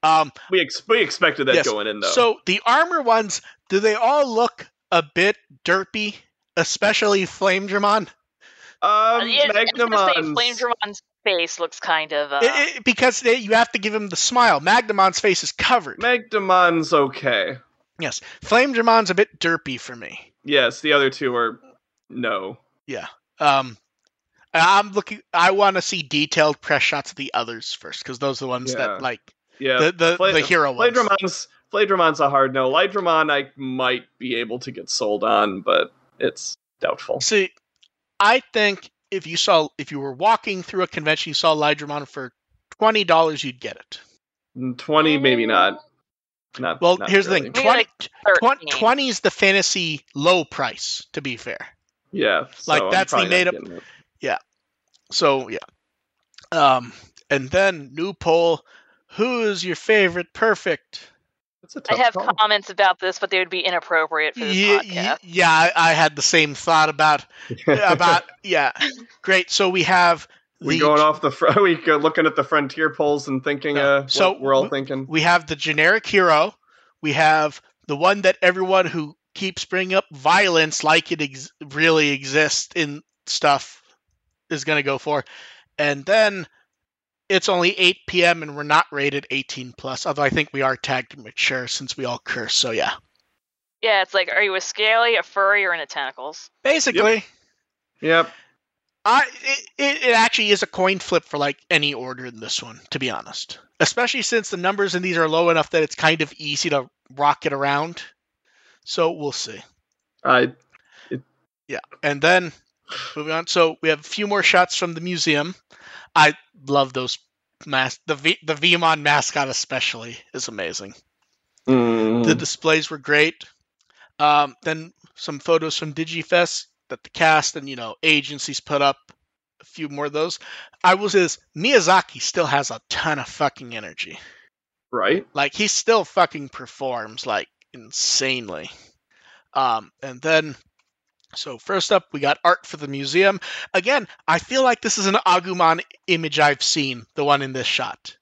S1: Um,
S2: we ex- we expected that
S1: Yes.
S2: going in though.
S1: so the armor ones, do they all look a bit derpy? Especially Flame Dramon?
S2: um,
S3: It's- it's gonna say
S2: Magnumon's-
S3: Flame Dramon's face looks kind of. Uh,
S1: It- it- because they, you have to give him the smile. Magdamon's face is covered.
S2: Magdamon's okay.
S1: yes. Flame Dramon's a bit derpy for me.
S2: Yes, the other two are no.
S1: Um, I'm looking. I want to see detailed press shots of the others first, because those are the ones
S2: Yeah.
S1: that like
S2: Yeah,
S1: the the,
S2: Fla-
S1: the hero ones.
S2: Fladromon's Fladromon's a hard no. Lydramon I might be able to get sold on, but it's doubtful.
S1: See, I think if you saw if you were walking through a convention, you saw Lydramon for twenty dollars, you'd get it.
S2: Twenty, maybe not. Not
S1: Well,
S2: not
S1: here's
S2: really.
S1: the
S3: Maybe
S1: thing: 20,
S3: like 13.
S1: 20 is the fantasy low price. To be fair,
S2: Yeah, so
S1: Like,
S2: I'm
S1: that's the
S2: probably not
S1: made-up-
S2: getting it.
S1: So yeah. Um and then new poll. Who is your favorite perfect?
S2: That's a
S3: I
S2: tough
S3: have
S2: call.
S3: comments about this, but they would be inappropriate for this
S1: Ye-
S3: podcast.
S1: ye- yeah, I, I had the same thought about about yeah. Great. So we have the
S2: we going off the fr- we go looking at the frontier polls and thinking
S1: Yeah.
S2: uh
S1: So
S2: what we're all
S1: w-
S2: thinking
S1: we have the generic hero. We have the one that everyone who keeps bringing up violence like it ex- really exists in stuff is going to go for. And then it's only 8 p.m. and we're not rated 18 plus. Although I think we are tagged mature since we all curse. So yeah,
S3: Yeah, it's like, are you a scaly, a furry, or in a tentacles?
S1: basically,
S2: Yep.
S1: I it, it it actually is a coin flip for like any order in this one, to be honest. Especially since the numbers in these are low enough that it's kind of easy to rock it around. So we'll see.
S2: I
S1: And then moving on, so we have a few more shots from the museum. I love those mas The v- the Vmon mascot especially is amazing.
S2: mm,
S1: The displays were great. Um, then some photos from DigiFest that the cast and you know agencies put up. A few more of those. I will say this: Miyazaki still has a ton of fucking energy.
S2: right.
S1: Like he still fucking performs like insanely. Um, and then so first up we got art for the museum. Again, I feel like this is an Agumon image I've seen, the one in this shot.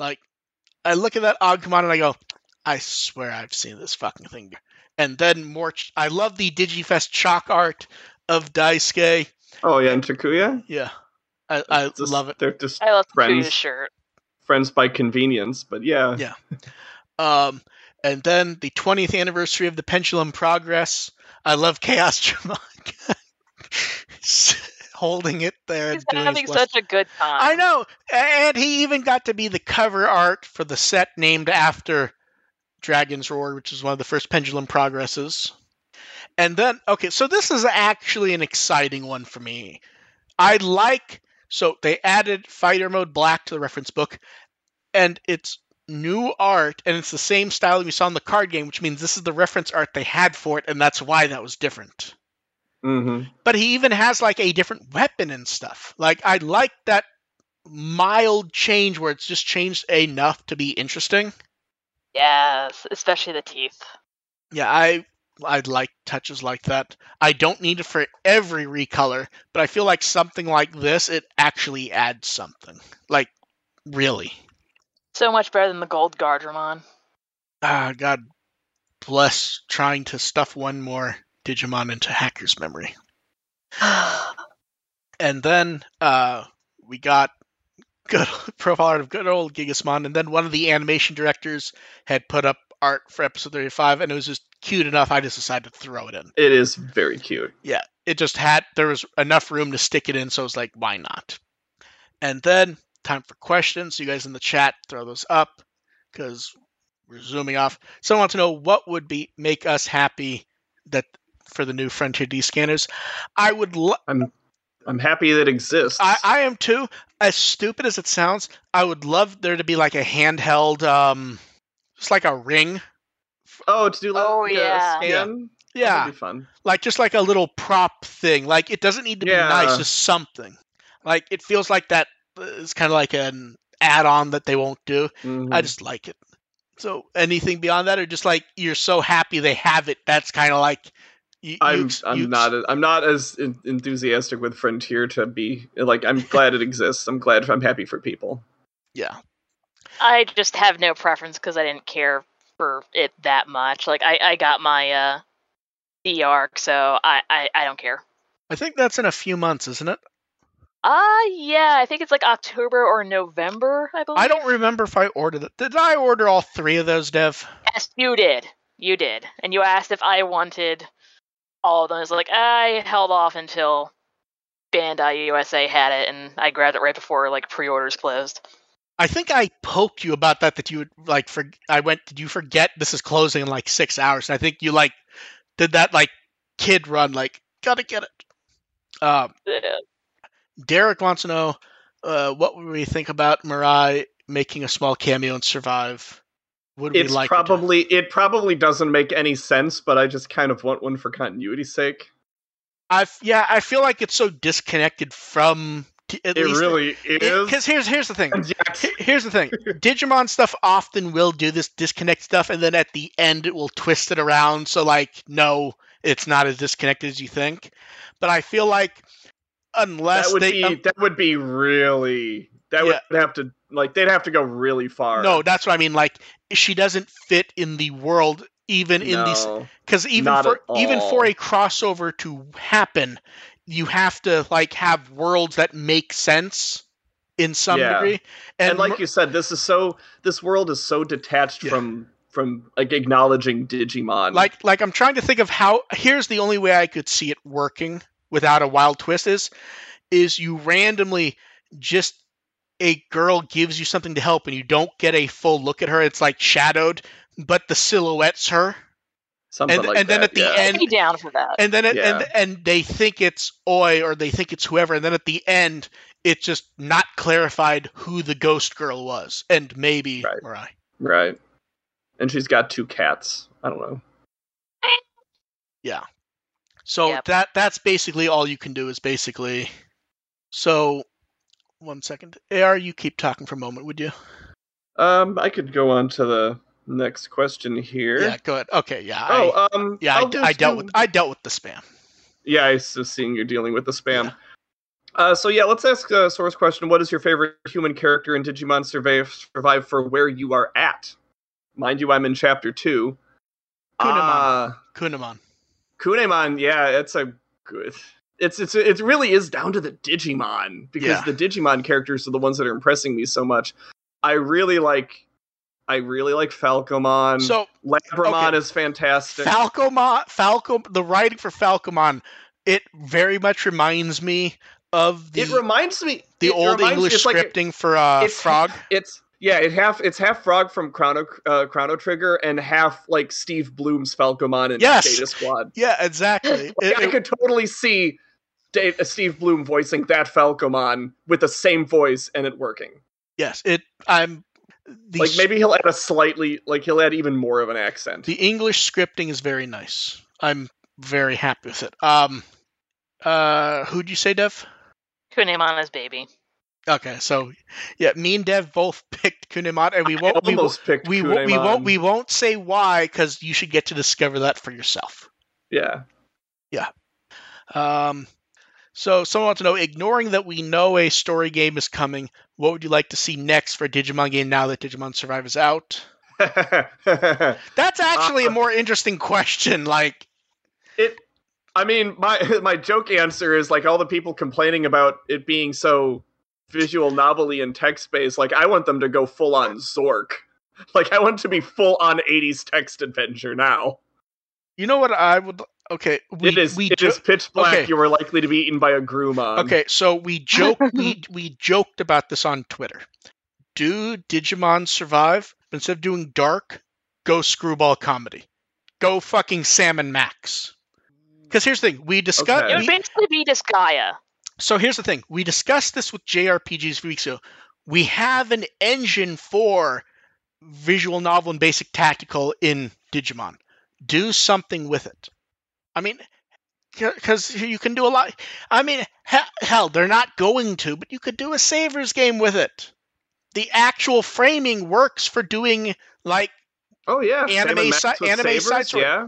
S1: Like I look at that Agumon and I go, I swear I've seen this fucking thing. And then more ch- I love the Digifest chalk art of Daisuke.
S2: Oh yeah, and Takuya.
S1: Yeah. I, I
S2: Just-
S1: love it.
S2: They're just
S3: I love
S2: Friends.
S3: the shirt.
S2: friends by convenience, but yeah.
S1: Yeah. Um, and then the 20th anniversary of the Pendulum Progress. I love Chaos Jamaica holding it there.
S3: He's
S1: doing his
S3: having
S1: blessing.
S3: such a good time.
S1: I know, and he even got to be the cover art for the set named after Dragon's Roar, which is one of the first Pendulum progresses. And then, okay, so this is actually an exciting one for me. I like, so they added Fighter Mode Black to the reference book, and it's new art, and it's the same style we saw in the card game, which means this is the reference art they had for it, and that's why that was different.
S2: Mm-hmm.
S1: But he even has like a different weapon and stuff. Like, I like that mild change where it's just changed enough to be interesting.
S3: Yes, especially the teeth.
S1: Yeah, I I like touches like that. I don't need it for every recolor, but I feel like something like this it actually adds something. Like really.
S3: So much better than the gold guard, Ramon.
S1: Ah, God bless trying to stuff one more Digimon into hacker's memory. and then uh we got good profile art of good old Gigasmon, and then one of the animation directors had put up art for episode 35, and it was just cute enough. I just decided to throw it in.
S2: It is very cute.
S1: Yeah, it just had there was enough room to stick it in, so I was like, why not? And then time for questions. You guys in the chat throw those up because we're zooming off. So I want to know what would be make us happy that for the new Frontier D scanners. I would. Lo-
S2: I'm I'm happy that exists.
S1: I, I am too. As stupid as it sounds, I would love there to be like a handheld, um, just like a ring.
S2: Oh, to do like
S3: Oh,
S2: a
S3: yeah.
S2: scan.
S1: Yeah,
S2: that'd be fun.
S1: like just like a little prop thing. Like it doesn't need to
S2: Yeah.
S1: be nice, just something. Like it feels like that is kind of like an add-on that they won't do.
S2: Mhm.
S1: I just like it. So anything beyond that, or just like you're so happy they have it. That's kind of like you,
S2: I'm
S1: you,
S2: I'm
S1: you-
S2: not I'm not as en- enthusiastic with Frontier to be like I'm glad it exists. I'm glad I'm happy for people.
S1: yeah.
S3: I just have no preference because I didn't care for it that much. Like I, I got my uh D arc, so I, I, I don't care.
S1: I think that's in a few months, isn't it?
S3: Uh yeah, I think it's like October or November, I believe.
S1: I don't remember if I ordered it. Did I order all three of those, Dev?
S3: Yes, you did. You did. And you asked if I wanted all of them. It's like I held off until Bandai USA had it and I grabbed it right before like pre orders closed.
S1: I think I poked you about that. That you would like. For I went. Did you forget this is closing in like six hours? And I think you like did that like kid run. Like gotta get it. Um,
S3: Yeah.
S1: Derek wants to know uh, what would we think about Mirai making a small cameo and survive? Would
S2: It's
S1: we like her to-
S2: probably it probably doesn't make any sense, but I just kind of want one for continuity's sake.
S1: I f- yeah, I feel like it's so disconnected from t- at
S2: it
S1: least
S2: really is.
S1: because here's here's the thing.
S2: And yet-
S1: Here- Here's the thing. Digimon stuff often will do this disconnect stuff, and then at the end it will twist it around. So like, no, it's not as disconnected as you think. But I feel like unless
S2: that would
S1: they
S2: be
S1: um,
S2: that would be really that would have to like they'd have to go really far.
S1: no, that's what I mean. Like she doesn't fit in the world, even in these
S2: No.
S1: because even
S2: Not
S1: for
S2: at
S1: even for
S2: all.
S1: a crossover to happen, you have to like have worlds that make sense in some
S2: Yeah.
S1: degree.
S2: and,
S1: And,
S2: like you said, this is so this world is so detached
S1: Yeah.
S2: from from like acknowledging Digimon.
S1: like like I'm trying to think of how here's the only way I could see it working without a wild twist is is you randomly just a girl gives you something to help and you don't get a full look at her. It's like shadowed, but the silhouette's her.
S2: something
S1: and-
S2: like
S1: and then
S2: that,
S1: at the
S2: yeah.
S1: end-
S3: I'd be down for that.
S1: and then it,
S2: Yeah.
S1: and and they think it's Oi or they think it's whoever, and then at the end, it's just not clarified who the ghost girl was, and maybe
S2: Right.
S1: Mirai.
S2: Right. And she's got two cats. I don't know.
S1: So
S3: Yep.
S1: that that's basically all you can do is basically. So, one second, Ar, you keep talking for a moment, would you?
S2: Um, I could go on to the next question here.
S1: Yeah, go ahead. Okay, yeah. I,
S2: oh, um,
S1: yeah,
S2: I'll
S1: I,
S2: do
S1: I dealt
S2: some-
S1: with I dealt with the spam.
S2: Yeah, I was just seeing you're dealing with the spam. Uh, so yeah, let's ask a source question. What is your favorite human character in Digimon Survive, Survive for where you are at? Mind you, I'm in chapter two.
S1: Kunemon.
S2: Uh,
S1: Kunemon.
S2: Kunemon, yeah, it's a good. It's it's it really is down to the Digimon because
S1: Yeah.
S2: the Digimon characters are the ones that are impressing me so much. I really like, I really like Falcomon.
S1: So
S2: Labramon
S1: okay.
S2: is fantastic.
S1: Falcomon, Falcom, the writing for Falcomon, it very much reminds me of the
S2: it reminds me
S1: the
S2: it
S1: old
S2: reminds-
S1: English
S2: it's like a-
S1: scripting for uh,
S2: it's-
S1: Frog.
S2: it's Yeah, it half it's half Frog from Chrono uh, Chrono Trigger and half like Steve Bloom's Falcomon in
S1: Yes.
S2: Data Squad.
S1: Yeah, exactly.
S2: Like,
S1: It-
S2: I
S1: it-
S2: could totally see Dave, uh, Steve Bloom voicing that Falcomon with the same voice and it working.
S1: yes, it. I'm the
S2: Like maybe he'll add a slightly like he'll add even more of an accent.
S1: The English scripting is very nice. I'm very happy with it. Um, uh, who'd you say, Dev?
S3: Kunemana's baby.
S1: Okay, so yeah, me and Dev both picked Kunemon, and we
S2: I
S1: won't. We, won't-
S2: almost picked
S1: we won't. We
S2: Kudaimon.
S1: won't. We won't say why because you should get to discover that for yourself.
S2: yeah.
S1: Um, so someone wants to know, ignoring that we know a story game is coming, what would you like to see next for a Digimon game now that Digimon Survive is out? That's actually a
S2: Uh,
S1: more interesting question. Like,
S2: it I mean my my joke answer is like all the people complaining about it being so visual novelty and text based like I want them to go full on Zork. Like I want to be full on 80s text adventure now.
S1: you know what I would? Okay, we
S2: it is
S1: we
S2: it
S1: jo-
S2: is pitch black.
S1: okay.
S2: You were likely to be eaten by a Grumon.
S1: Okay, so we joke we we joked about this on Twitter. Do Digimon survive? Instead of doing dark, go screwball comedy. Go fucking Salmon Max. Because here's the thing, we discussed.
S2: Okay.
S3: It would basically be Disgaea.
S1: so here's the thing, we discussed this with JRPGs a few weeks ago. We have an engine for visual novel and basic tactical in Digimon. Do something with it. I mean, because you can do a lot. I mean, he- hell, they're not going to, but you could do a savers game with it. The actual framing works for doing like
S2: Oh yeah.
S1: Anime
S2: Sam and Max
S1: si-
S2: with
S1: anime
S2: sabers,
S1: side sword.
S2: Yeah.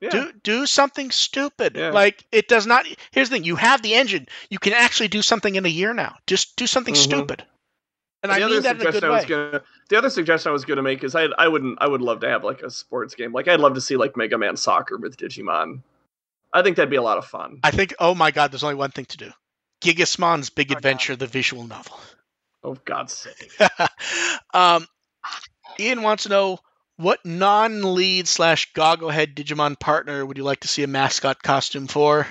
S2: Yeah.
S1: do do something stupid.
S2: Yeah.
S1: Like it does not. Here's the thing: you have the engine. You can actually do something in a year now. Just do something
S2: Mhm.
S1: stupid. And
S2: the
S1: I
S2: other
S1: mean that in a
S2: suggestion
S1: good
S2: I was
S1: way.
S2: gonna the other suggestion I was gonna make is I I wouldn't I would love to have like a sports game. Like I'd love to see like Mega Man Soccer with Digimon. I think that'd be a lot of fun.
S1: I think. Oh my God! There's only one thing to do: Gigasmon's Big
S3: Oh, God.
S1: Adventure, the visual novel.
S2: oh God's sake.
S1: um, Ian wants to know what non-lead slash gogglehead Digimon partner would you like to see a mascot costume for?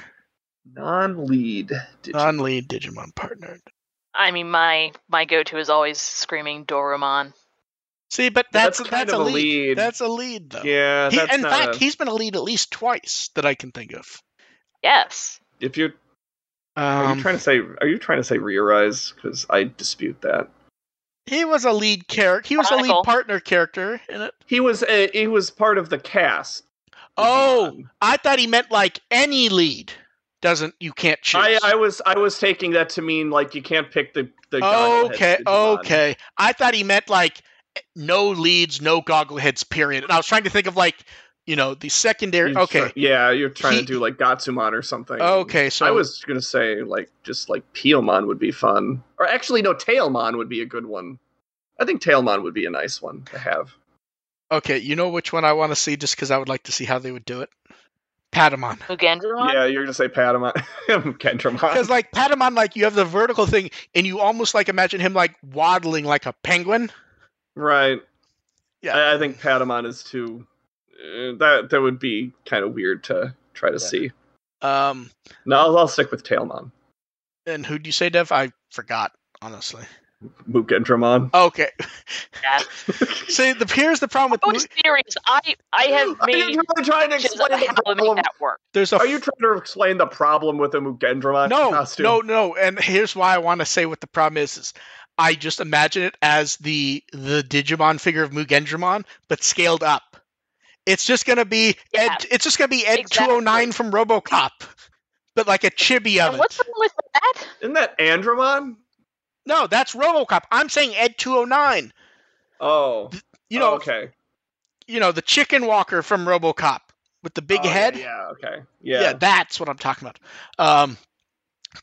S2: Non-lead. Digimon.
S1: Non-lead Digimon partner.
S3: I mean, my my go-to is always screaming Doromon.
S1: See, but that's
S2: That's
S1: that's,
S2: kind
S1: a,
S2: of a
S1: lead.
S2: lead.
S1: That's a lead, though.
S2: yeah.
S1: Uh, He-
S2: that's
S1: in
S2: not
S1: fact,
S2: a-
S1: he's been a lead at least twice that I can think of.
S3: Yes,
S2: if you're are
S1: Um,
S2: you trying to say are you trying to say Riorize? Because I dispute that.
S1: he was a lead character. He was a lead
S3: Chronicle.
S1: partner character in it.
S2: He was a, he was part of the cast.
S1: Oh,
S2: Digimon.
S1: I thought he meant like any lead doesn't you can't choose.
S2: I, I was I was taking that to mean like you can't pick the the gogglehead
S1: okay,
S2: Digimon.
S1: okay. I thought he meant like no leads, no goggleheads. Period. And I was trying to think of like you know the secondary.
S2: You
S1: okay,
S2: try- yeah, you're trying
S1: He-
S2: to do like Gatsumon or something.
S1: okay. So
S2: I was gonna say like just like Peelmon would be fun, or actually no, Tailmon would be a good one. I think Tailmon would be a nice one to have.
S1: okay. You know which one I want to see just because I would like to see how they would do it. Patamon.
S3: Mugendramon.
S2: Yeah, you're gonna say Patamon,
S1: Because
S2: Kendramon.
S1: like Patamon, like you have the vertical thing, and you almost like imagine him like waddling like a penguin.
S2: right.
S1: Yeah.
S2: I, I think Patamon is too. Uh, that that would be kind of weird to try to
S1: Yeah.
S2: see.
S1: Um,
S2: No, I'll, I'll stick with Tailmon,
S1: and who do you say, Dev? I forgot honestly.
S2: Mukendramon.
S1: Okay,
S3: Yeah.
S1: see, the here's the problem
S3: I
S1: with
S3: was serious. I I have
S2: Are
S3: made
S2: you really trying to
S3: pictures
S2: explain
S3: of
S2: the
S3: how to make
S2: problem?
S3: that work.
S1: there's a
S2: Are you trying to explain the problem with a Mugendramon
S1: no,
S2: costume?
S1: no, no. And here's why I want to say what the problem is: is I just imagine it as the the Digimon figure of Mugendramon, but scaled up. It's just gonna be Ed.
S3: Yeah.
S1: It's just gonna be Ed
S3: Exactly.
S1: two hundred nine from RoboCop, but like a chibi of
S3: And
S1: it.
S3: what's wrong with that?
S2: Isn't that Andromon?
S1: No, that's RoboCop. I'm saying Ed two hundred nine.
S2: Oh,
S1: You know,
S2: oh, okay.
S1: you know the chicken walker from RoboCop with the big
S2: Oh, yeah,
S1: head.
S2: Yeah, okay. Yeah.
S1: that's what I'm talking about. Um,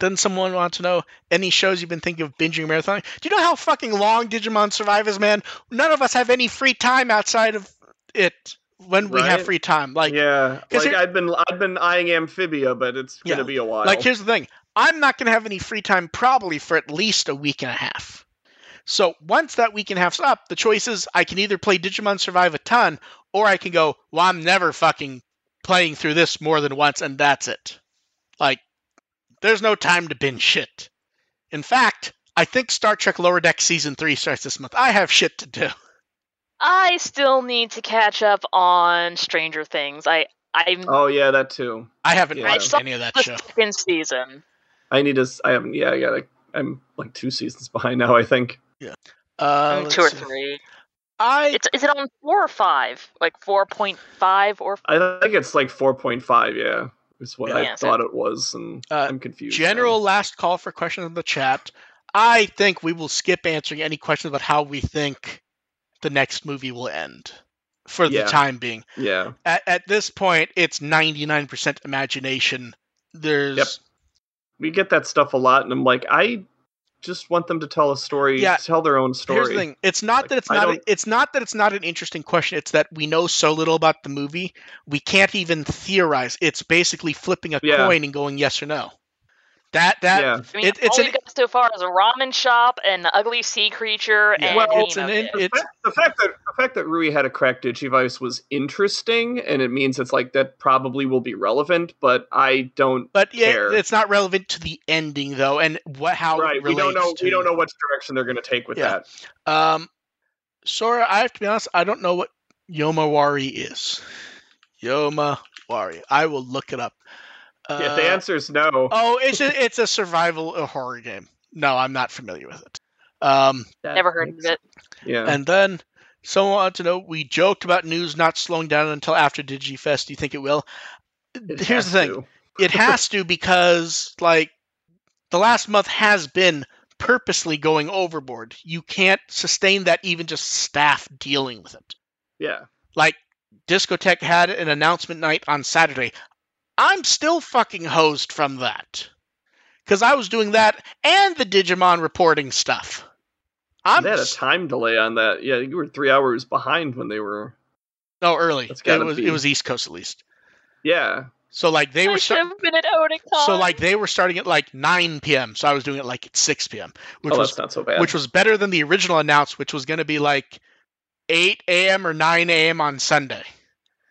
S1: then someone wants to know any shows you've been thinking of binging marathon. Do you know how fucking long Digimon Survive is, man? None of us have any free time outside of it when we have
S2: Right?
S1: free time. Like,
S2: yeah.
S1: 'cause
S2: Like
S1: here-
S2: I've been I've been eyeing Amphibia, but it's gonna
S1: Yeah,
S2: be a while.
S1: like here's the thing: I'm not gonna have any free time probably for at least a week and a half. So once that week and a half's up, the choice is I can either play Digimon Survive a ton, or I can go, well, I'm never fucking playing through this more than once, and that's it. Like, there's no time to binge shit. In fact, I think Star Trek Lower Deck Season 3 starts this month. I have shit to do.
S3: I still need to catch up on Stranger Things. I I'm
S2: Oh yeah, that too.
S1: I haven't
S2: Yeah.
S1: watched
S3: I
S1: any of that
S3: the
S1: show.
S3: second season.
S2: I need to. s- I haven't. Yeah, I got. I'm like two seasons behind now. I think.
S1: Uh,
S3: Mm,
S1: let's
S3: two or
S1: see.
S3: three.
S1: I
S3: It's is it on four or five? Like four point five or
S2: I think it's like four point five. Yeah, is what I
S3: Yeah, so-
S2: thought it was, and
S1: Uh,
S2: I'm confused. now.
S1: general last call for questions in the chat. I think we will skip answering any questions about how we think the next movie will end for
S2: Yeah.
S1: the time being.
S2: Yeah.
S1: At, at this point, it's 99% imagination. There's
S2: Yep. we get that stuff a lot, and I'm like, I just want them to tell a story,
S1: Yeah.
S2: tell their own story.
S1: Here's the thing. It's not
S2: Like,
S1: that it's
S2: I
S1: not a,
S2: don't-
S1: it's not that it's not an interesting question. It's that we know so little about the movie, we can't even theorize. It's basically flipping a
S2: Yeah.
S1: coin and going yes or no. That that
S2: yeah,
S3: I mean,
S1: It- it's
S3: all
S1: an-
S3: we've got so far is a ramen shop and an ugly sea creature
S1: Yeah.
S3: and
S2: Well,
S3: you
S1: it's
S3: know,
S1: an in-
S3: the-
S2: the
S1: it's
S2: fact, the fact that the fact that Rui had a cracked digivice was interesting, and it means it's like that probably will be relevant, but I don't.
S1: but yeah,
S2: care.
S1: it's not relevant to the ending though, and what how it
S2: right, we
S1: relates
S2: don't know. We
S1: to-
S2: don't know which direction they're going to take with
S1: Yeah.
S2: that.
S1: Um, Sora, I have to be honest, I don't know what Yomawari is. Yomawari. I will look it up. Uh,
S2: if the answer is no,
S1: oh, it's a, it's a survival horror game. No, I'm not familiar with it. Um,
S2: that
S3: never heard
S2: makes-
S3: of it.
S2: Yeah,
S1: and then someone wanted to know we joked about news not slowing down until after DigiFest. Do you think it will?
S2: It
S1: Here's
S2: has
S1: the thing
S2: to.
S1: it has to because like the last month has been purposely going overboard. You can't sustain that even just staff dealing with it.
S2: Yeah,
S1: Like Discotech had an announcement night on Saturday. I'm still fucking hosed from that. Cuz I was doing that and the Digimon reporting stuff. I'm
S2: they had a
S1: s-
S2: time delay on that. Yeah, you were three hours behind when they were.
S1: no oh, early.
S2: That's
S1: It
S2: gotta
S1: was
S2: be-
S1: it was East Coast at least.
S2: Yeah,
S1: So like they
S3: I
S1: were
S3: should
S1: start-
S3: have been at Otakon.
S1: so like they were starting at like 9 p.m. So I was doing it like at 6 p.m. which
S2: oh,
S1: was
S2: that's not so bad.
S1: which was better than the original announced, which was going to be like 8 a.m. or 9 a.m. on Sunday.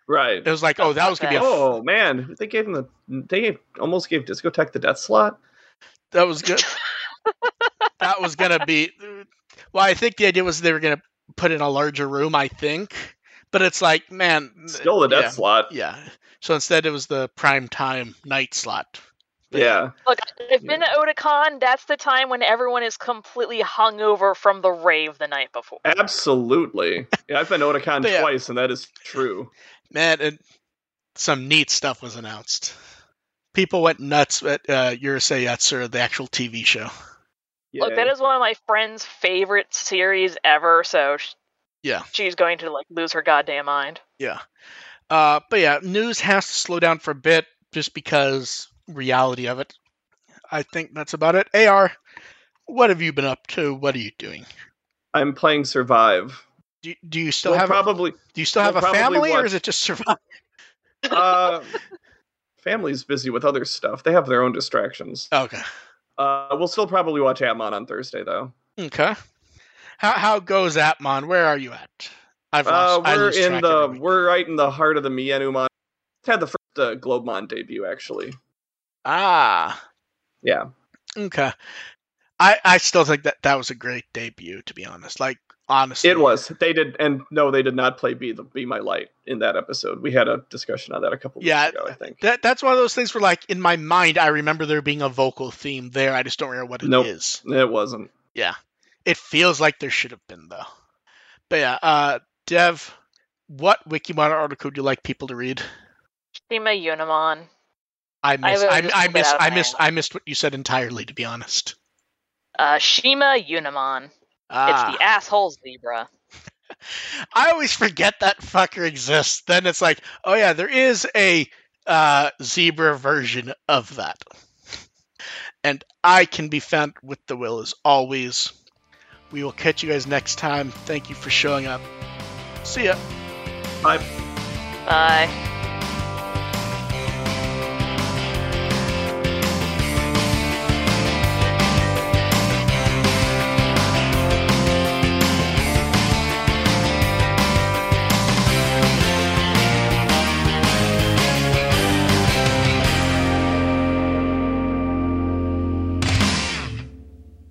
S2: right.
S1: It was like, oh, that was going to be a
S2: Oh man, they gave him the they gave, almost gave Discotech the death slot.
S1: that was good. that was going to be. Well, I think the idea was they were going to put in a larger room. I think, but it's like, man,
S2: Still the death
S1: yeah,
S2: slot.
S1: Yeah. So instead, it was the prime time night slot.
S2: Yeah,
S3: Look, I've been to Otakon. That's the time when everyone is completely hungover from the rave the night before.
S2: absolutely. Yeah, I've been to Otakon
S1: But yeah.
S2: twice, and that is true.
S1: man, and some neat stuff was announced. People went nuts at uh, Urusei Yatsura, the actual TV show.
S2: Yeah,
S3: Look, that is one of my friend's favorite series ever. So sh-
S1: Yeah.
S3: she's going to like lose her goddamn mind.
S1: Yeah. Uh, but yeah, news has to slow down for a bit just because reality of it. I think that's about it. AR, what have you been up to? What are you doing?
S2: I'm playing Survive.
S1: Do, do you still
S2: We'll
S1: have a,
S2: probably
S1: do you still have
S2: we'll
S1: a
S2: probably
S1: family or
S2: watch-
S1: is it just survival?
S2: uh, family's busy with other stuff. They have their own distractions.
S1: Okay.
S2: Uh, we'll still probably watch Atmon on Thursday, though.
S1: Okay. How how goes Atmon? Where are you at? I've
S2: Uh,
S1: lost. I
S2: we're
S1: lose
S2: in
S1: track
S2: the
S1: every week.
S2: we're right in the heart of the Mianumon. It's had the first uh, Globemon debut actually.
S1: ah.
S2: Yeah.
S1: Okay. I I still think that that was a great debut. To be honest, like honestly,
S2: It was. They did, and no, they did not play "Be the Be My Light" in that episode. We had a discussion on that a couple
S1: Yeah,
S2: weeks ago, I think.
S1: That that's one of those things where like in my mind I remember there being a vocal theme there. I just don't remember what it is.
S2: Nope. It wasn't.
S1: It feels like there should have been though. But yeah, uh Dev, what Wikimon article do you like people to read?
S3: Shima Unimon.
S1: I missed
S3: will
S1: I,
S3: just
S1: I,
S3: look it
S1: missed
S3: up
S1: I
S3: now.
S1: missed I missed what you said entirely to be honest.
S3: Uh, Shima Unimon.
S1: Ah,
S3: It's the asshole zebra.
S1: I always forget that fucker exists. Then it's like, oh yeah, there is a uh, zebra version of that. And I can be found with the will as always. We will catch you guys next time. Thank you for showing up. See ya.
S3: Bye.